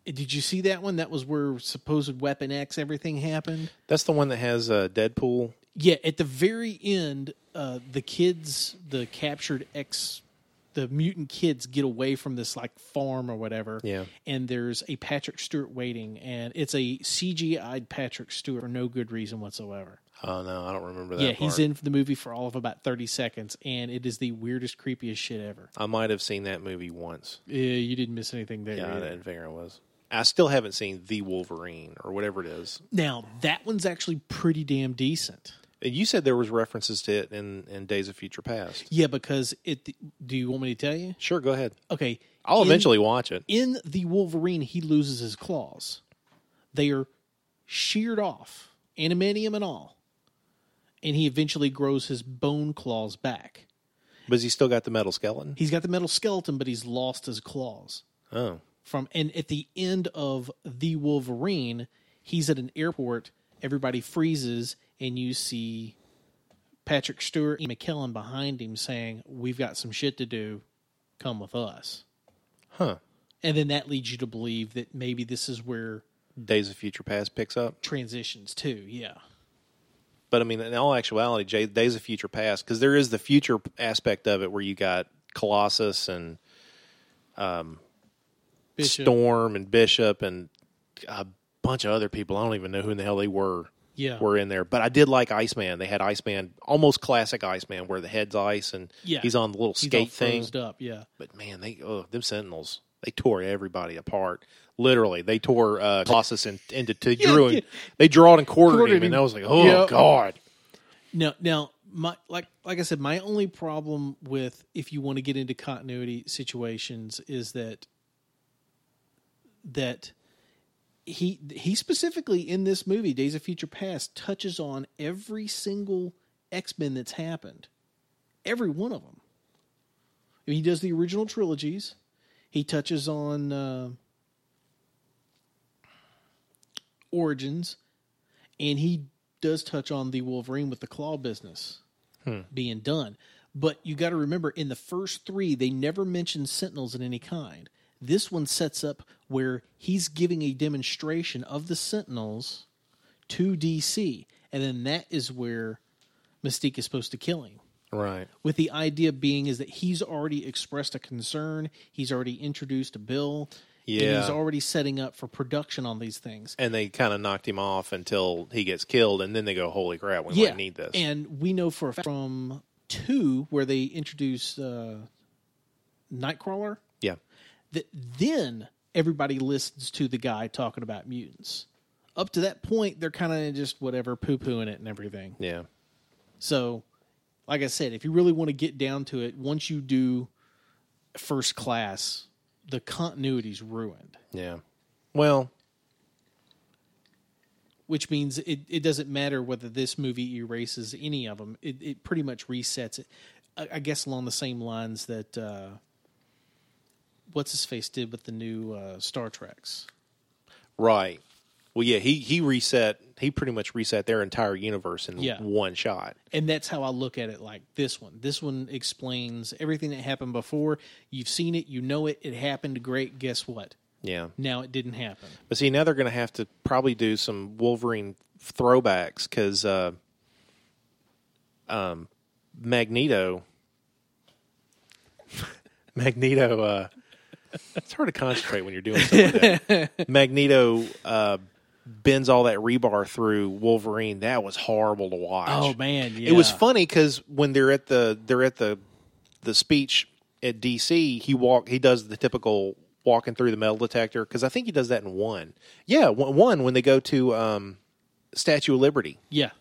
Speaker 3: Eh, Did you see that one? That was where supposed Weapon X everything happened.
Speaker 2: That's the one that has uh, Deadpool.
Speaker 3: Yeah, at the very end, uh, the kids, the captured ex, the mutant kids get away from this like farm or whatever.
Speaker 2: Yeah.
Speaker 3: And there's a Patrick Stewart waiting, and it's a CGI'd Patrick Stewart for no good reason whatsoever.
Speaker 2: Oh no, I don't remember that.
Speaker 3: Yeah, he's
Speaker 2: part.
Speaker 3: in the movie for all of about 30 seconds, and it is the weirdest, creepiest shit ever.
Speaker 2: I might have seen that movie once.
Speaker 3: Yeah, you didn't miss anything there.
Speaker 2: Yeah, I
Speaker 3: either.
Speaker 2: didn't figure it was. I still haven't seen the Wolverine or whatever it is.
Speaker 3: Now, that one's actually pretty damn decent.
Speaker 2: And you said there was references to it in, in Days of Future Past.
Speaker 3: Yeah, because it. Do you want me to tell you?
Speaker 2: Sure, go ahead.
Speaker 3: Okay.
Speaker 2: I'll
Speaker 3: in-
Speaker 2: eventually watch it.
Speaker 3: in the Wolverine, he loses his claws. They are sheared off, animanium and all. And he eventually grows his bone claws back.
Speaker 2: But has he still got the metal skeleton?
Speaker 3: He's got the metal skeleton, but he's lost his claws.
Speaker 2: Oh,
Speaker 3: From and at the end of the Wolverine, he's at an airport, everybody freezes, and you see Patrick Stewart and McKellen behind him saying, We've got some shit to do, come with us.
Speaker 2: huh.
Speaker 3: And then that leads you to believe that maybe this is where
Speaker 2: Days of Future Past picks up.
Speaker 3: transitions too. Yeah.
Speaker 2: But I mean, in all actuality, J- Days of Future Past, because there is the future aspect of it where you got Colossus and
Speaker 3: Bishop.
Speaker 2: Storm and Bishop and a bunch of other people. I don't even know who in the hell they were.
Speaker 3: Yeah.
Speaker 2: were in there. But I did like Iceman. They had Iceman, almost classic Iceman, where the head's ice and
Speaker 3: Yeah.
Speaker 2: he's on the little
Speaker 3: He's all
Speaker 2: skate thing.
Speaker 3: froze up. Yeah.
Speaker 2: But man, they oh, them Sentinels, they tore everybody apart. Literally, they tore uh, Colossus in, into two. drew him-
Speaker 3: yeah.
Speaker 2: They drawed and quartered,
Speaker 3: Quartered
Speaker 2: him,
Speaker 3: him.
Speaker 2: and I was like, oh
Speaker 3: Yeah.
Speaker 2: god.
Speaker 3: Now, now, my like, like I said, my only problem with if you want to get into continuity situations is that that he he specifically in this movie Days of Future Past touches on every single X Men that's happened, every one of them. I mean, he does the original trilogies. He touches on uh, origins, and he does touch on the Wolverine with the claw business being done. But you got to remember, in the first three, they never mentioned Sentinels in any kind. This one sets up where he's giving a demonstration of the Sentinels to DC, and then that is where Mystique is supposed to kill him.
Speaker 2: Right.
Speaker 3: with the idea being is that he's already expressed a concern he's already introduced a bill and
Speaker 2: Yeah.
Speaker 3: he's already setting up for production on these things
Speaker 2: And they kind of knocked him off until he gets killed, and then they go, "Holy crap, we might need this."
Speaker 3: and we know for a fact from two where they introduce uh, nightcrawler
Speaker 2: yeah.
Speaker 3: that then everybody listens to the guy talking about mutants up to that point they're kind of just whatever poo-pooing it and everything
Speaker 2: Yeah.
Speaker 3: So, like I said, if you really want to get down to it, once you do first class, the continuity's ruined,
Speaker 2: Yeah. Well,
Speaker 3: which means it, it doesn't matter whether this movie erases any of them. It, it pretty much resets it. I, I guess along the same lines that uh, what's his face did with the new uh, Star Treks.
Speaker 2: right. Well, yeah. He he reset. He pretty much reset their entire universe in
Speaker 3: Yeah.
Speaker 2: one shot.
Speaker 3: and that's how I look at it. Like this one, this one explains everything that happened before. You've seen it, you know it. It happened. Great. Guess what?
Speaker 2: Yeah.
Speaker 3: Now it didn't happen.
Speaker 2: But see, now they're going to have to probably do some Wolverine throwbacks because uh, um, Magneto. [laughs] Magneto. Uh, it's hard to concentrate when you're doing something like that. Magneto uh, bends all that rebar through Wolverine. That was horrible to watch.
Speaker 3: Oh man,
Speaker 2: It was
Speaker 3: yeah.
Speaker 2: funny because when they're at the they're at the the speech at DC, he walk he does the typical walking through the metal detector because I think he does that in one. Yeah, one one, when they go to um, Statue of Liberty,
Speaker 3: Yeah,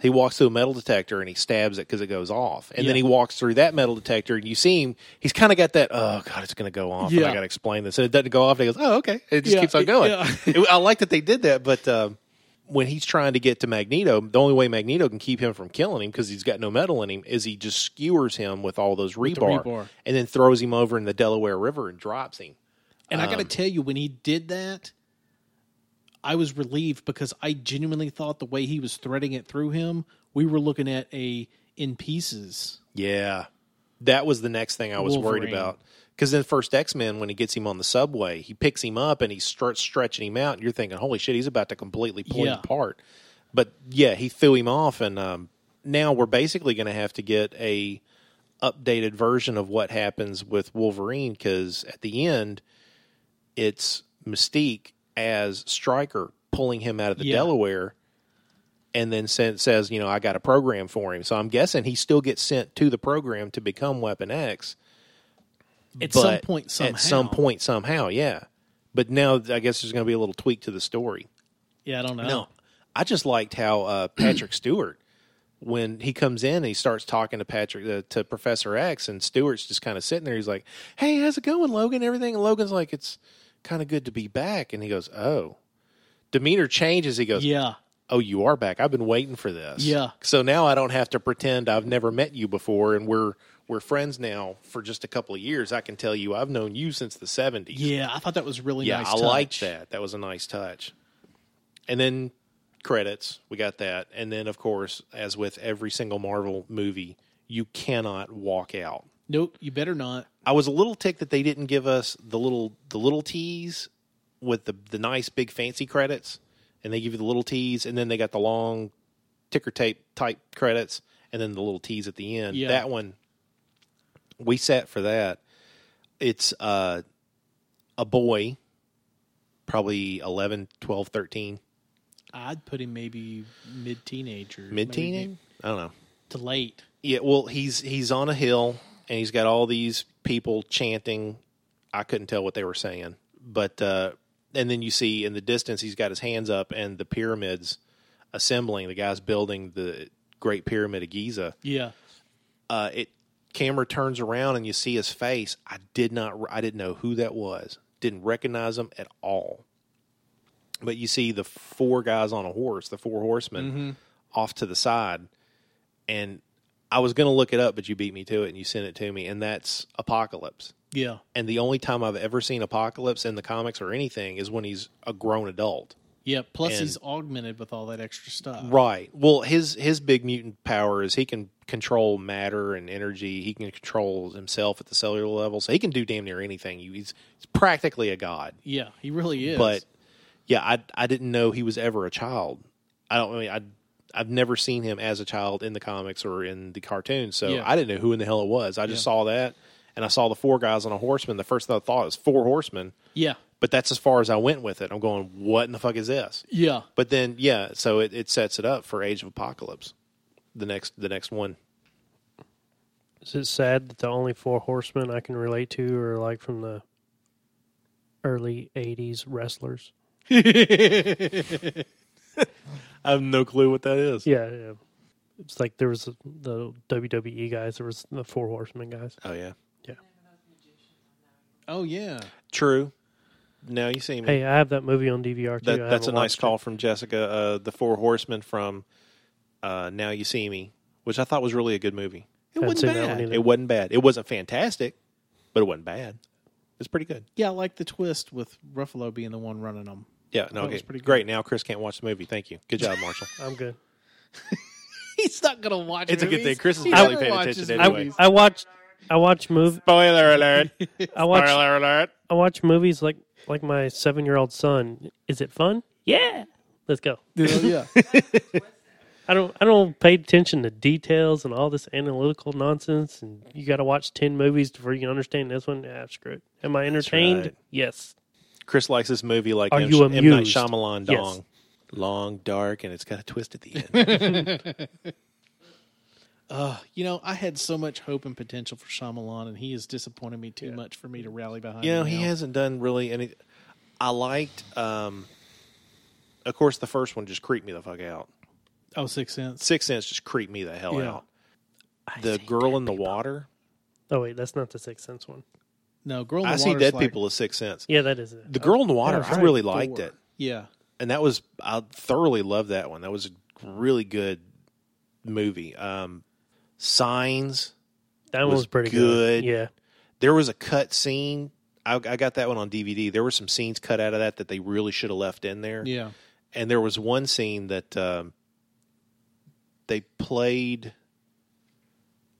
Speaker 2: he walks through a metal detector and he stabs it because it goes off, and then
Speaker 3: Yeah.
Speaker 2: he walks through that metal detector and you see him. He's kind of got that oh god, it's going to go off. and
Speaker 3: Yeah.
Speaker 2: I got to explain this, and it doesn't go off. And he goes oh okay, it just
Speaker 3: Yeah,
Speaker 2: keeps on
Speaker 3: it-
Speaker 2: going.
Speaker 3: yeah.
Speaker 2: It- [laughs] I like that they did that, but. Um, when he's trying to get to Magneto, the only way Magneto can keep him from killing him because he's got no metal in him is he just skewers him with all those
Speaker 3: the
Speaker 2: rebar,
Speaker 3: rebar.
Speaker 2: and then throws him over in the Delaware River and drops him.
Speaker 3: and I got
Speaker 2: Um,
Speaker 3: to tell you, when he did that, I was relieved because I genuinely thought the way he was threading it through him, we were looking at a in pieces.
Speaker 2: Yeah. That was the next thing I was worried
Speaker 3: Wolverine.
Speaker 2: about. Because in First X Men, when he gets him on the subway, he picks him up and he starts stretching him out. And you're thinking, holy shit, he's about to completely pull
Speaker 3: Yeah.
Speaker 2: him apart. But yeah, he threw him off. And um, now we're basically going to have to get a updated version of what happens with Wolverine because at the end, it's Mystique as Stryker pulling him out of the
Speaker 3: Yeah.
Speaker 2: Delaware and then sent, says, you know, I got a program for him. So I'm guessing he still gets sent to the program to become Weapon X.
Speaker 3: At
Speaker 2: but
Speaker 3: some point, somehow.
Speaker 2: At some point, somehow, yeah. But now I guess there's going to be a little tweak to the story.
Speaker 3: yeah, I don't know.
Speaker 2: No, I just liked how uh, [clears throat] Patrick Stewart, when he comes in and he starts talking to Patrick uh, to Professor X, and Stewart's just kind of sitting there. He's like, "Hey, how's it going, Logan? Everything?" And Logan's like, "It's kind of good to be back." And he goes, "Oh." Demeanor changes. He goes,
Speaker 3: Yeah,
Speaker 2: "Oh, you are back. I've been waiting for this."
Speaker 3: Yeah.
Speaker 2: So now I don't have to pretend I've never met you before, and we're we're friends now for just a couple of years. I can tell you, I've known you since the seventies.
Speaker 3: yeah, I thought that was really
Speaker 2: Yeah,
Speaker 3: nice.
Speaker 2: I
Speaker 3: touch.
Speaker 2: liked that. That was a nice touch. And then credits, we got that. And then, of course, as with every single Marvel movie, you cannot walk out.
Speaker 3: Nope, you better not.
Speaker 2: I was a little ticked that they didn't give us the little the little tease with the the nice big fancy credits, and they give you the little tease, and then they got the long ticker tape type credits, and then the little tease at the end.
Speaker 3: Yeah.
Speaker 2: That one we sat for that. It's uh, a boy, probably 11, 12, 13,
Speaker 3: I'd put him maybe mid teenager, maybe
Speaker 2: mid teen. I don't know.
Speaker 3: to late.
Speaker 2: Yeah, well, he's he's on a hill and he's got all these people chanting. I couldn't tell what they were saying, but uh, and then you see in the distance he's got his hands up and the pyramids assembling. The guy's building the Great Pyramid of Giza.
Speaker 3: Yeah,
Speaker 2: Uh, it camera turns around and you see his face. I did not. I didn't know who that was. Didn't recognize him at all. But you see the four guys on a horse, the four horsemen, off to the side, and I was going to look it up, but you beat me to it, and you sent it to me, and that's Apocalypse.
Speaker 3: yeah,
Speaker 2: And the only time I've ever seen Apocalypse in the comics or anything is when he's a grown adult.
Speaker 3: yeah. Plus,
Speaker 2: And-
Speaker 3: he's augmented with all that extra stuff.
Speaker 2: Right. Well, his his big mutant power is he can control matter and energy. He can control himself at the cellular level, so he can do damn near anything. He- He's, he's practically a god.
Speaker 3: Yeah, he really is.
Speaker 2: But yeah, I I didn't know he was ever a child. I don't I mean I I've never seen him as a child in the comics or in the cartoons, so
Speaker 3: Yeah.
Speaker 2: I didn't know who in the hell it was. I just saw that, and I saw the four guys on a horseman. The first thing I thought was four horsemen,
Speaker 3: Yeah.
Speaker 2: but that's as far as I went with it. I'm going, what in the fuck is this?
Speaker 3: Yeah.
Speaker 2: But then, yeah, so it, it sets it up for Age of Apocalypse, the next the next one.
Speaker 4: Is it sad that the only four horsemen I can relate to are like from the early 80s wrestlers?
Speaker 2: I have no clue what that is.
Speaker 4: Yeah, yeah. It's like there was the WWE guys, there was the four horsemen guys.
Speaker 2: Oh yeah,
Speaker 3: Oh yeah.
Speaker 2: true. Now you see me.
Speaker 4: Hey, I have that movie on DVR too.
Speaker 2: That,
Speaker 4: I
Speaker 2: that's a
Speaker 4: haven't
Speaker 2: nice
Speaker 4: watched
Speaker 2: call
Speaker 4: it.
Speaker 2: from Jessica. Uh, the Four Horsemen from uh, Now You See Me, which I thought was really a good movie. It
Speaker 4: Haven't
Speaker 2: wasn't
Speaker 4: seen that one
Speaker 2: bad.
Speaker 4: either.
Speaker 2: It wasn't bad. It wasn't fantastic, but it wasn't bad. It's pretty good.
Speaker 3: Yeah, I like the twist with Ruffalo being the one running them.
Speaker 2: Yeah, no,
Speaker 3: That
Speaker 2: okay,
Speaker 3: was pretty good.
Speaker 2: great. Now Chris can't watch the movie. Thank you. Good job, Marshall.
Speaker 4: I'm good.
Speaker 3: [laughs] He's not gonna watch.
Speaker 2: It's a good
Speaker 3: movies.
Speaker 2: thing Chris is
Speaker 3: He
Speaker 2: barely
Speaker 3: never
Speaker 2: paying
Speaker 3: watches
Speaker 2: attention
Speaker 4: I-
Speaker 2: anyway.
Speaker 3: movies.
Speaker 4: I watched I
Speaker 2: [laughs]
Speaker 4: watch move
Speaker 2: [laughs] Spoiler alert!
Speaker 4: I watch
Speaker 2: alert!
Speaker 4: I watch movies like like my seven year old son. Is it fun? Yeah. Let's go.
Speaker 3: yeah.
Speaker 4: I don't I don't pay attention to details and all this analytical nonsense and you gotta watch ten movies before you can understand this one. Ah, screw it. Am I entertained?
Speaker 2: right.
Speaker 4: Yes.
Speaker 2: Chris likes this movie like
Speaker 4: Are
Speaker 2: M.
Speaker 4: you
Speaker 2: M. Night
Speaker 4: amused?
Speaker 2: Shyamalan
Speaker 4: Yes.
Speaker 2: Dong. Long, dark, and it's got a twist at the end.
Speaker 3: You know, I had so much hope and potential for Shyamalan, and he has disappointed me too much for me to rally behind.
Speaker 2: you know,
Speaker 3: him
Speaker 2: he
Speaker 3: now.
Speaker 2: hasn't done really any. I liked, um, of course, the first one just creeped me the fuck out.
Speaker 3: Oh, Sixth Sense.
Speaker 2: Six Sense just creeped me the hell
Speaker 3: Yeah.
Speaker 2: out. The girl in the water.
Speaker 4: Oh wait, that's not the sixth sense one.
Speaker 3: No, Girl in the
Speaker 2: I see
Speaker 3: Water's
Speaker 2: dead
Speaker 3: like
Speaker 2: people as Sixth Sense.
Speaker 4: Yeah, that is it.
Speaker 2: The girl in the water.
Speaker 3: that's
Speaker 2: I
Speaker 3: right,
Speaker 2: really liked
Speaker 3: four.
Speaker 2: it,
Speaker 3: Yeah.
Speaker 2: and that was I thoroughly loved that one. That was a really good movie. Um, Signs.
Speaker 4: that one
Speaker 2: was
Speaker 4: was pretty
Speaker 2: good.
Speaker 4: good. Yeah.
Speaker 2: There was a cut scene. I, I got that one on DVD. There were some scenes cut out of that that they really should have left in there.
Speaker 3: Yeah.
Speaker 2: and there was one scene that um, they played.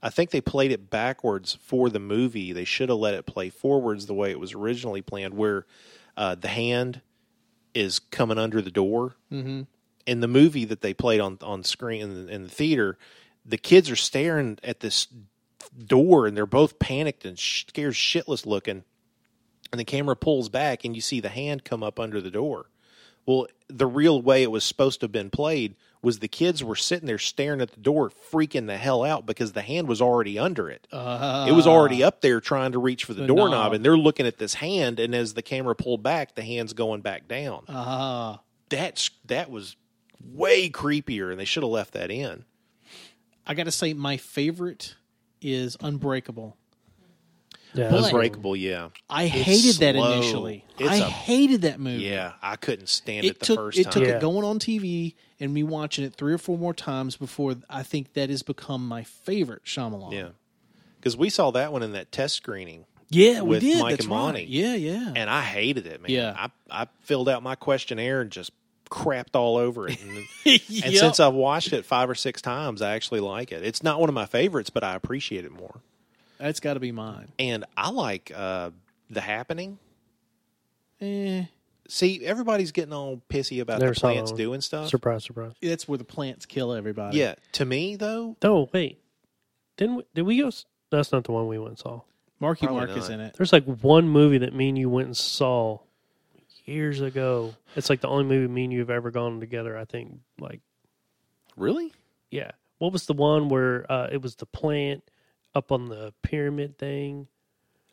Speaker 2: I think they played it backwards for the movie. They should have let it play forwards the way it was originally planned, where uh, the hand is coming under the door. Mm-hmm. In the movie that they played on on screen in the, in the theater, the kids are staring at this door and they're both panicked and sh- scared shitless looking. And the camera pulls back and you see the hand come up under the door. Well, the real way it was supposed to have been played was the kids were sitting there staring at the door, freaking the hell out because the hand was already under it. it was already up there trying to reach for the, doorknob,
Speaker 3: Ah. knob.
Speaker 2: and they're looking at this hand. And as the camera pulled back, the hand's going back down.
Speaker 3: Ah.
Speaker 2: That's that was way creepier, and they should have left that in.
Speaker 3: I gotta say, my favorite is Unbreakable. But-
Speaker 4: Yeah, that's right.
Speaker 2: Unbreakable, yeah,
Speaker 3: I hated that
Speaker 2: slow.
Speaker 3: initially.
Speaker 2: It's
Speaker 3: I
Speaker 2: a-
Speaker 3: hated that movie.
Speaker 2: yeah. I couldn't stand it,
Speaker 3: It
Speaker 2: the
Speaker 3: took
Speaker 2: first
Speaker 3: it
Speaker 2: time.
Speaker 3: took
Speaker 4: Yeah.
Speaker 3: it going on TV and me watching it three or four more times before I think that has become my favorite Shyamalan.
Speaker 2: yeah, because we saw that one in that test screening.
Speaker 3: yeah, we
Speaker 2: With
Speaker 3: did.
Speaker 2: Mike
Speaker 3: That's
Speaker 2: and Monty.
Speaker 3: right. Yeah, yeah.
Speaker 2: [laughs] and I hated it, man.
Speaker 3: Yeah.
Speaker 2: I, I filled out my questionnaire and just crapped all over it. And, and
Speaker 3: Yep.
Speaker 2: since I've watched it five or six times, I actually like it. It's not one of my favorites, but I appreciate it more.
Speaker 3: That's got to be mine.
Speaker 2: And I like uh, The Happening.
Speaker 3: Eh,
Speaker 2: See, everybody's getting all pissy about
Speaker 4: Never
Speaker 2: the
Speaker 4: saw that
Speaker 2: plants
Speaker 4: one.
Speaker 2: doing stuff.
Speaker 4: Surprise, surprise.
Speaker 3: that's where the plants kill everybody.
Speaker 2: Yeah, to me though,
Speaker 4: Oh wait, didn't we, did we go? s- That's not the one we went and saw.
Speaker 3: Marky
Speaker 2: Probably
Speaker 3: Mark is
Speaker 2: not.
Speaker 3: in it.
Speaker 4: There's like one movie that me and you went and saw years ago. It's like the only movie me and you have ever gone together. I think. Like
Speaker 2: really,
Speaker 4: yeah, what was the one where uh, it was the plant up on the pyramid thing?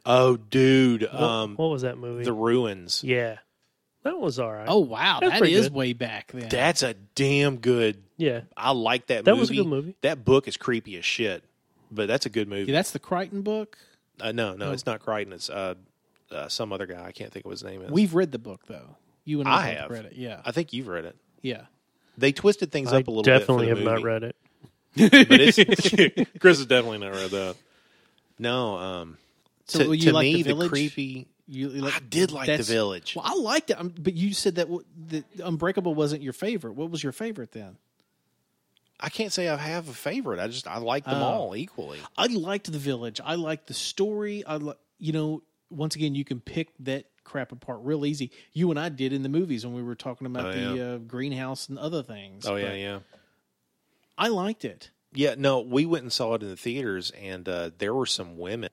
Speaker 2: oh dude,
Speaker 4: What,
Speaker 2: um,
Speaker 4: what was that movie?
Speaker 2: The Ruins.
Speaker 4: yeah, that was all right.
Speaker 3: Oh wow,
Speaker 4: That's
Speaker 3: that
Speaker 4: pretty
Speaker 3: is
Speaker 4: good.
Speaker 3: way back then.
Speaker 2: That's a damn good.
Speaker 4: yeah,
Speaker 2: I like that.
Speaker 4: That
Speaker 2: movie.
Speaker 4: was a good movie.
Speaker 2: That book is creepy as shit, but that's a good movie.
Speaker 3: yeah, that's the Crichton book.
Speaker 2: Uh, no, no, it's not Crichton. It's uh, uh, some other guy. I can't think of what his name is.
Speaker 3: We've read the book though. You and I,
Speaker 2: I
Speaker 3: both
Speaker 2: have.
Speaker 3: read it. Yeah,
Speaker 2: I think you've read it.
Speaker 3: yeah.
Speaker 2: They twisted things
Speaker 4: I
Speaker 2: up a little
Speaker 4: definitely
Speaker 2: bit.
Speaker 4: have
Speaker 2: for the
Speaker 4: not
Speaker 2: movie,
Speaker 4: read it.
Speaker 2: But
Speaker 4: [laughs]
Speaker 2: it's, [laughs] Chris has definitely not read that. No, um,
Speaker 3: So
Speaker 2: to,
Speaker 3: will you
Speaker 2: to
Speaker 3: like
Speaker 2: me,
Speaker 3: The
Speaker 2: the,
Speaker 3: Village?
Speaker 2: creepy.
Speaker 3: You, you like,
Speaker 2: I did like The
Speaker 3: that's-
Speaker 2: Village.
Speaker 3: Well, I liked it, um, but you said that w- the Unbreakable wasn't your favorite. What was your favorite then?
Speaker 2: I can't say I have a favorite. I just I like them
Speaker 3: Oh.
Speaker 2: all equally.
Speaker 3: I liked the village. I liked the story. I li- you know, once again, you can pick that crap apart real easy. You and I did in the movies when we were talking about
Speaker 2: Oh,
Speaker 3: the uh, greenhouse and other things.
Speaker 2: Oh yeah,
Speaker 3: But
Speaker 2: yeah.
Speaker 3: I liked it.
Speaker 2: Yeah, no, we went and saw it in the theaters, and uh, there were some women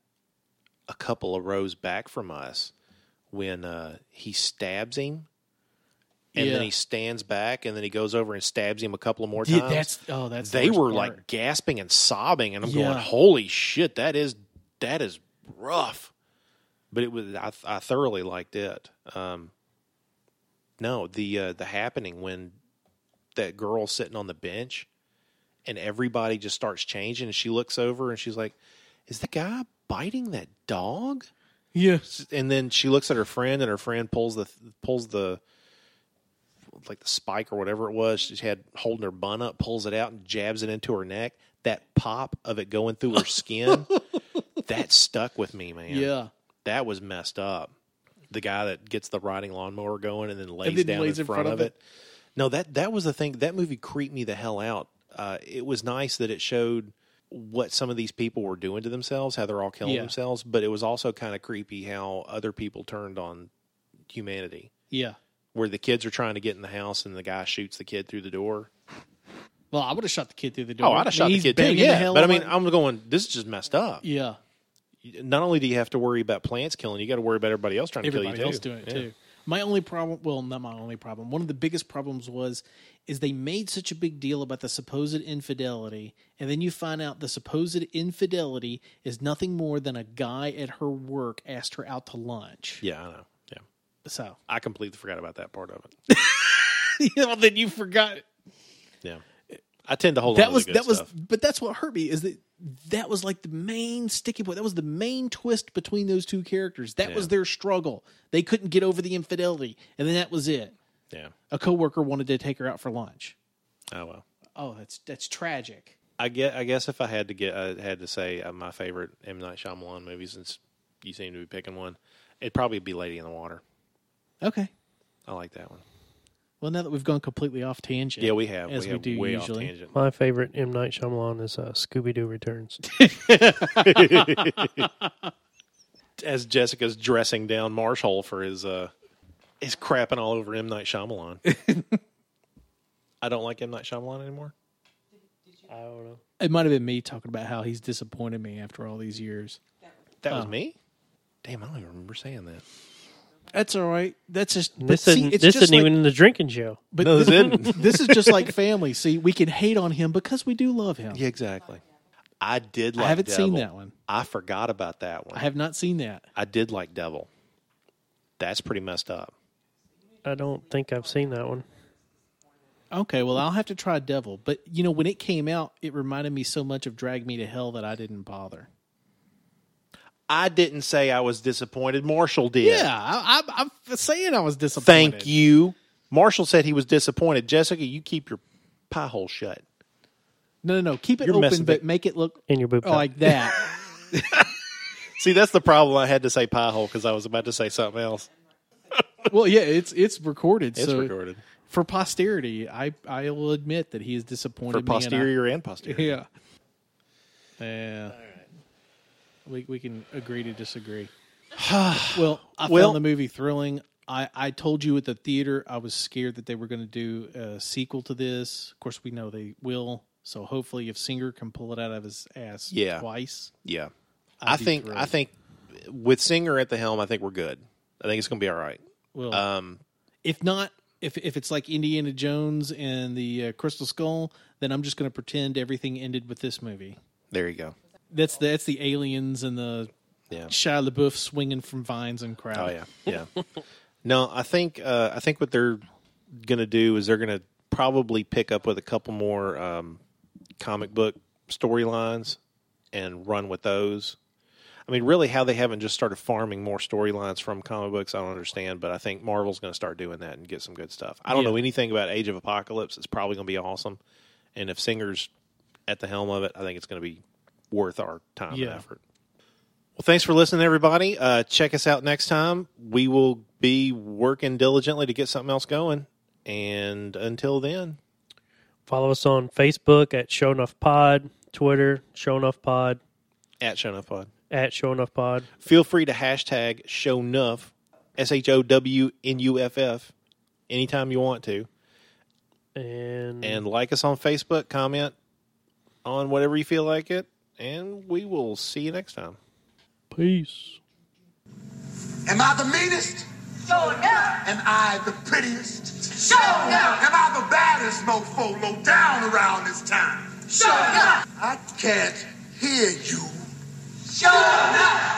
Speaker 2: a couple of rows back from us when uh, he stabs him, and
Speaker 3: Yeah.
Speaker 2: then he stands back, and then he goes over and stabs him a couple of more
Speaker 3: Yeah,
Speaker 2: times.
Speaker 3: that's oh, that's the
Speaker 2: they
Speaker 3: worst
Speaker 2: were
Speaker 3: part.
Speaker 2: like gasping and sobbing, and I'm
Speaker 3: Yeah.
Speaker 2: going, "Holy shit, that is that is rough." But it was I, I thoroughly liked it. Um, no, the uh, the happening when that girl sitting on the bench and everybody just starts changing, and she looks over and she's like, "Is that guy biting that dog?"
Speaker 3: yeah,
Speaker 2: and then she looks at her friend and her friend pulls the pulls the like the spike or whatever it was she had holding her bun up pulls it out and jabs it into her neck that pop of it going through her skin that stuck with me man
Speaker 3: yeah.
Speaker 2: that was messed up the guy that gets the riding lawnmower going and then lays
Speaker 3: then
Speaker 2: down
Speaker 3: lays
Speaker 2: in, front, of it. no that that was the thing that movie creeped me the hell out uh, it was nice that it showed what some of these people were doing to themselves how they're all killing
Speaker 3: Yeah.
Speaker 2: themselves but it was also kind of creepy how other people turned on humanity
Speaker 3: Yeah.
Speaker 2: where the kids are trying to get in the house and the guy shoots the kid through the door
Speaker 3: Well, I would have shot the kid through the door.
Speaker 2: oh i'd have shot the
Speaker 3: He's
Speaker 2: kid too
Speaker 3: banging the
Speaker 2: yeah
Speaker 3: hell
Speaker 2: but i
Speaker 3: out
Speaker 2: mean
Speaker 3: of-
Speaker 2: i'm going this is just messed up
Speaker 3: yeah.
Speaker 2: not only do you have to worry about plants killing you got to worry about everybody else trying to
Speaker 3: everybody
Speaker 2: kill you
Speaker 3: else
Speaker 2: too
Speaker 3: doing it
Speaker 2: Yeah.
Speaker 3: too. My only problem, well, not my only problem. One of the biggest problems was is they made such a big deal about the supposed infidelity, and then you find out the supposed infidelity is nothing more than a guy at her work asked her out to lunch.
Speaker 2: yeah i know yeah
Speaker 3: So, [laughs]
Speaker 2: I completely forgot about that part of it.
Speaker 3: yeah, well, then you forgot.
Speaker 2: Yeah, I tend to hold on
Speaker 3: That
Speaker 2: to
Speaker 3: was
Speaker 2: the
Speaker 3: that
Speaker 2: good
Speaker 3: was,
Speaker 2: stuff.
Speaker 3: but that's what hurt me is that that was like the main sticking point. That was the main twist between those two characters. That was
Speaker 2: Yeah.
Speaker 3: their struggle. They couldn't get over the infidelity, and then that was it.
Speaker 2: yeah.
Speaker 3: A coworker wanted to take her out for lunch.
Speaker 2: Oh well.
Speaker 3: Oh, that's that's tragic.
Speaker 2: I get. I guess if I had to get, I had to say uh, my favorite M Night Shyamalan movie, since you seem to be picking one, it'd probably be Lady in the Water.
Speaker 3: Okay.
Speaker 2: I like that one.
Speaker 3: Well, now that we've gone completely off tangent,
Speaker 2: Yeah, we have.
Speaker 3: As
Speaker 2: we
Speaker 3: we
Speaker 2: have
Speaker 3: do
Speaker 2: way
Speaker 3: usually.
Speaker 2: off tangent.
Speaker 4: My favorite M Night Shyamalan is uh, Scooby Doo Returns.
Speaker 2: As Jessica's dressing down Marshall for his uh, his crapping all over M Night Shyamalan. [laughs] I don't like M Night Shyamalan anymore.
Speaker 4: I don't know.
Speaker 3: it might have been me talking about how he's disappointed me after all these years.
Speaker 2: That was me. Damn, I don't even remember saying that.
Speaker 3: That's all right. That's just but
Speaker 4: This
Speaker 3: see,
Speaker 4: isn't,
Speaker 3: it's
Speaker 4: this
Speaker 3: just
Speaker 4: isn't
Speaker 3: like-
Speaker 4: even in the drinking show.
Speaker 3: But
Speaker 2: No, this
Speaker 3: this,
Speaker 2: isn't.
Speaker 3: [laughs] this is just like family. See, we can hate on him because we do love him.
Speaker 2: Yeah, exactly. I did. like
Speaker 3: I haven't seen
Speaker 2: Devil.
Speaker 3: that one.
Speaker 2: I forgot about that one.
Speaker 3: I have not seen that.
Speaker 2: I did like Devil. That's pretty messed up.
Speaker 4: I don't think I've seen that one.
Speaker 3: Okay, well, I'll have to try Devil. But you know, when it came out, it reminded me so much of Drag Me to Hell that I didn't bother.
Speaker 2: I didn't say I was disappointed. Marshall did.
Speaker 3: Yeah, I, I, I'm saying I was disappointed.
Speaker 2: Thank you. Marshall said he was disappointed. Jessica, you keep your pie hole shut.
Speaker 3: No, no, no. Keep it
Speaker 2: You're
Speaker 3: open,
Speaker 2: messing
Speaker 3: but
Speaker 2: it-
Speaker 3: make it look
Speaker 4: In your boob top.
Speaker 3: like that.
Speaker 2: See, that's the problem. I had to say pie hole because I was about to say something else.
Speaker 3: [laughs] well, yeah, it's it's recorded.
Speaker 2: It's
Speaker 3: so
Speaker 2: recorded
Speaker 3: for posterity, I I will admit that he is disappointed.
Speaker 2: for posterior and posterior.
Speaker 3: [laughs] yeah, yeah. We we can agree to disagree. [sighs] well, I
Speaker 2: Well-
Speaker 3: found the movie thrilling. I, I told you at the theater I was scared that they were going to do a sequel to this. Of course, we know they will. So hopefully, if Singer can pull it out of his ass
Speaker 2: Yeah.
Speaker 3: twice,
Speaker 2: Yeah. I
Speaker 3: be
Speaker 2: think
Speaker 3: thrilled.
Speaker 2: I think with Singer at the helm, I think we're good. I think it's going to be all right.
Speaker 3: well,
Speaker 2: Um,
Speaker 3: if not if if it's like Indiana Jones and the uh, Crystal Skull, then I'm just going to pretend everything ended with this movie.
Speaker 2: there you go.
Speaker 3: That's the, that's the aliens and the
Speaker 2: Yeah.
Speaker 3: Shia LaBeouf swinging from vines and crowd.
Speaker 2: Oh yeah, yeah. no, I think uh, I think what they're going to do is they're going to probably pick up with a couple more um, comic book storylines and run with those. I mean, really, how they haven't just started farming more storylines from comic books, I don't understand. But I think Marvel's going to start doing that and get some good stuff. I don't know anything about Age of Apocalypse. It's probably going to be awesome, and if Singer's at the helm of it, I think it's going to be worth our time
Speaker 3: Yeah.
Speaker 2: and effort. Well, thanks for listening, everybody. Uh, check us out next time. We will be working diligently to get something else going. And until then,
Speaker 4: Follow us on Facebook at Show Enough Pod, Twitter, Show Enough Pod,
Speaker 2: at Show Pod.
Speaker 4: at Show Enough Pod.
Speaker 2: Feel free to hashtag Show Nuff, S H O W N U F F, anytime you want to.
Speaker 4: And,
Speaker 2: And like us on Facebook, comment, on whatever you feel like it, and we will see you next time.
Speaker 4: Peace.
Speaker 6: Am I the meanest?
Speaker 7: Show up,
Speaker 6: Am I the prettiest?
Speaker 7: show up,
Speaker 6: Am I the baddest mofo low down around this town?
Speaker 7: show up,
Speaker 6: I can't hear you.
Speaker 7: show up.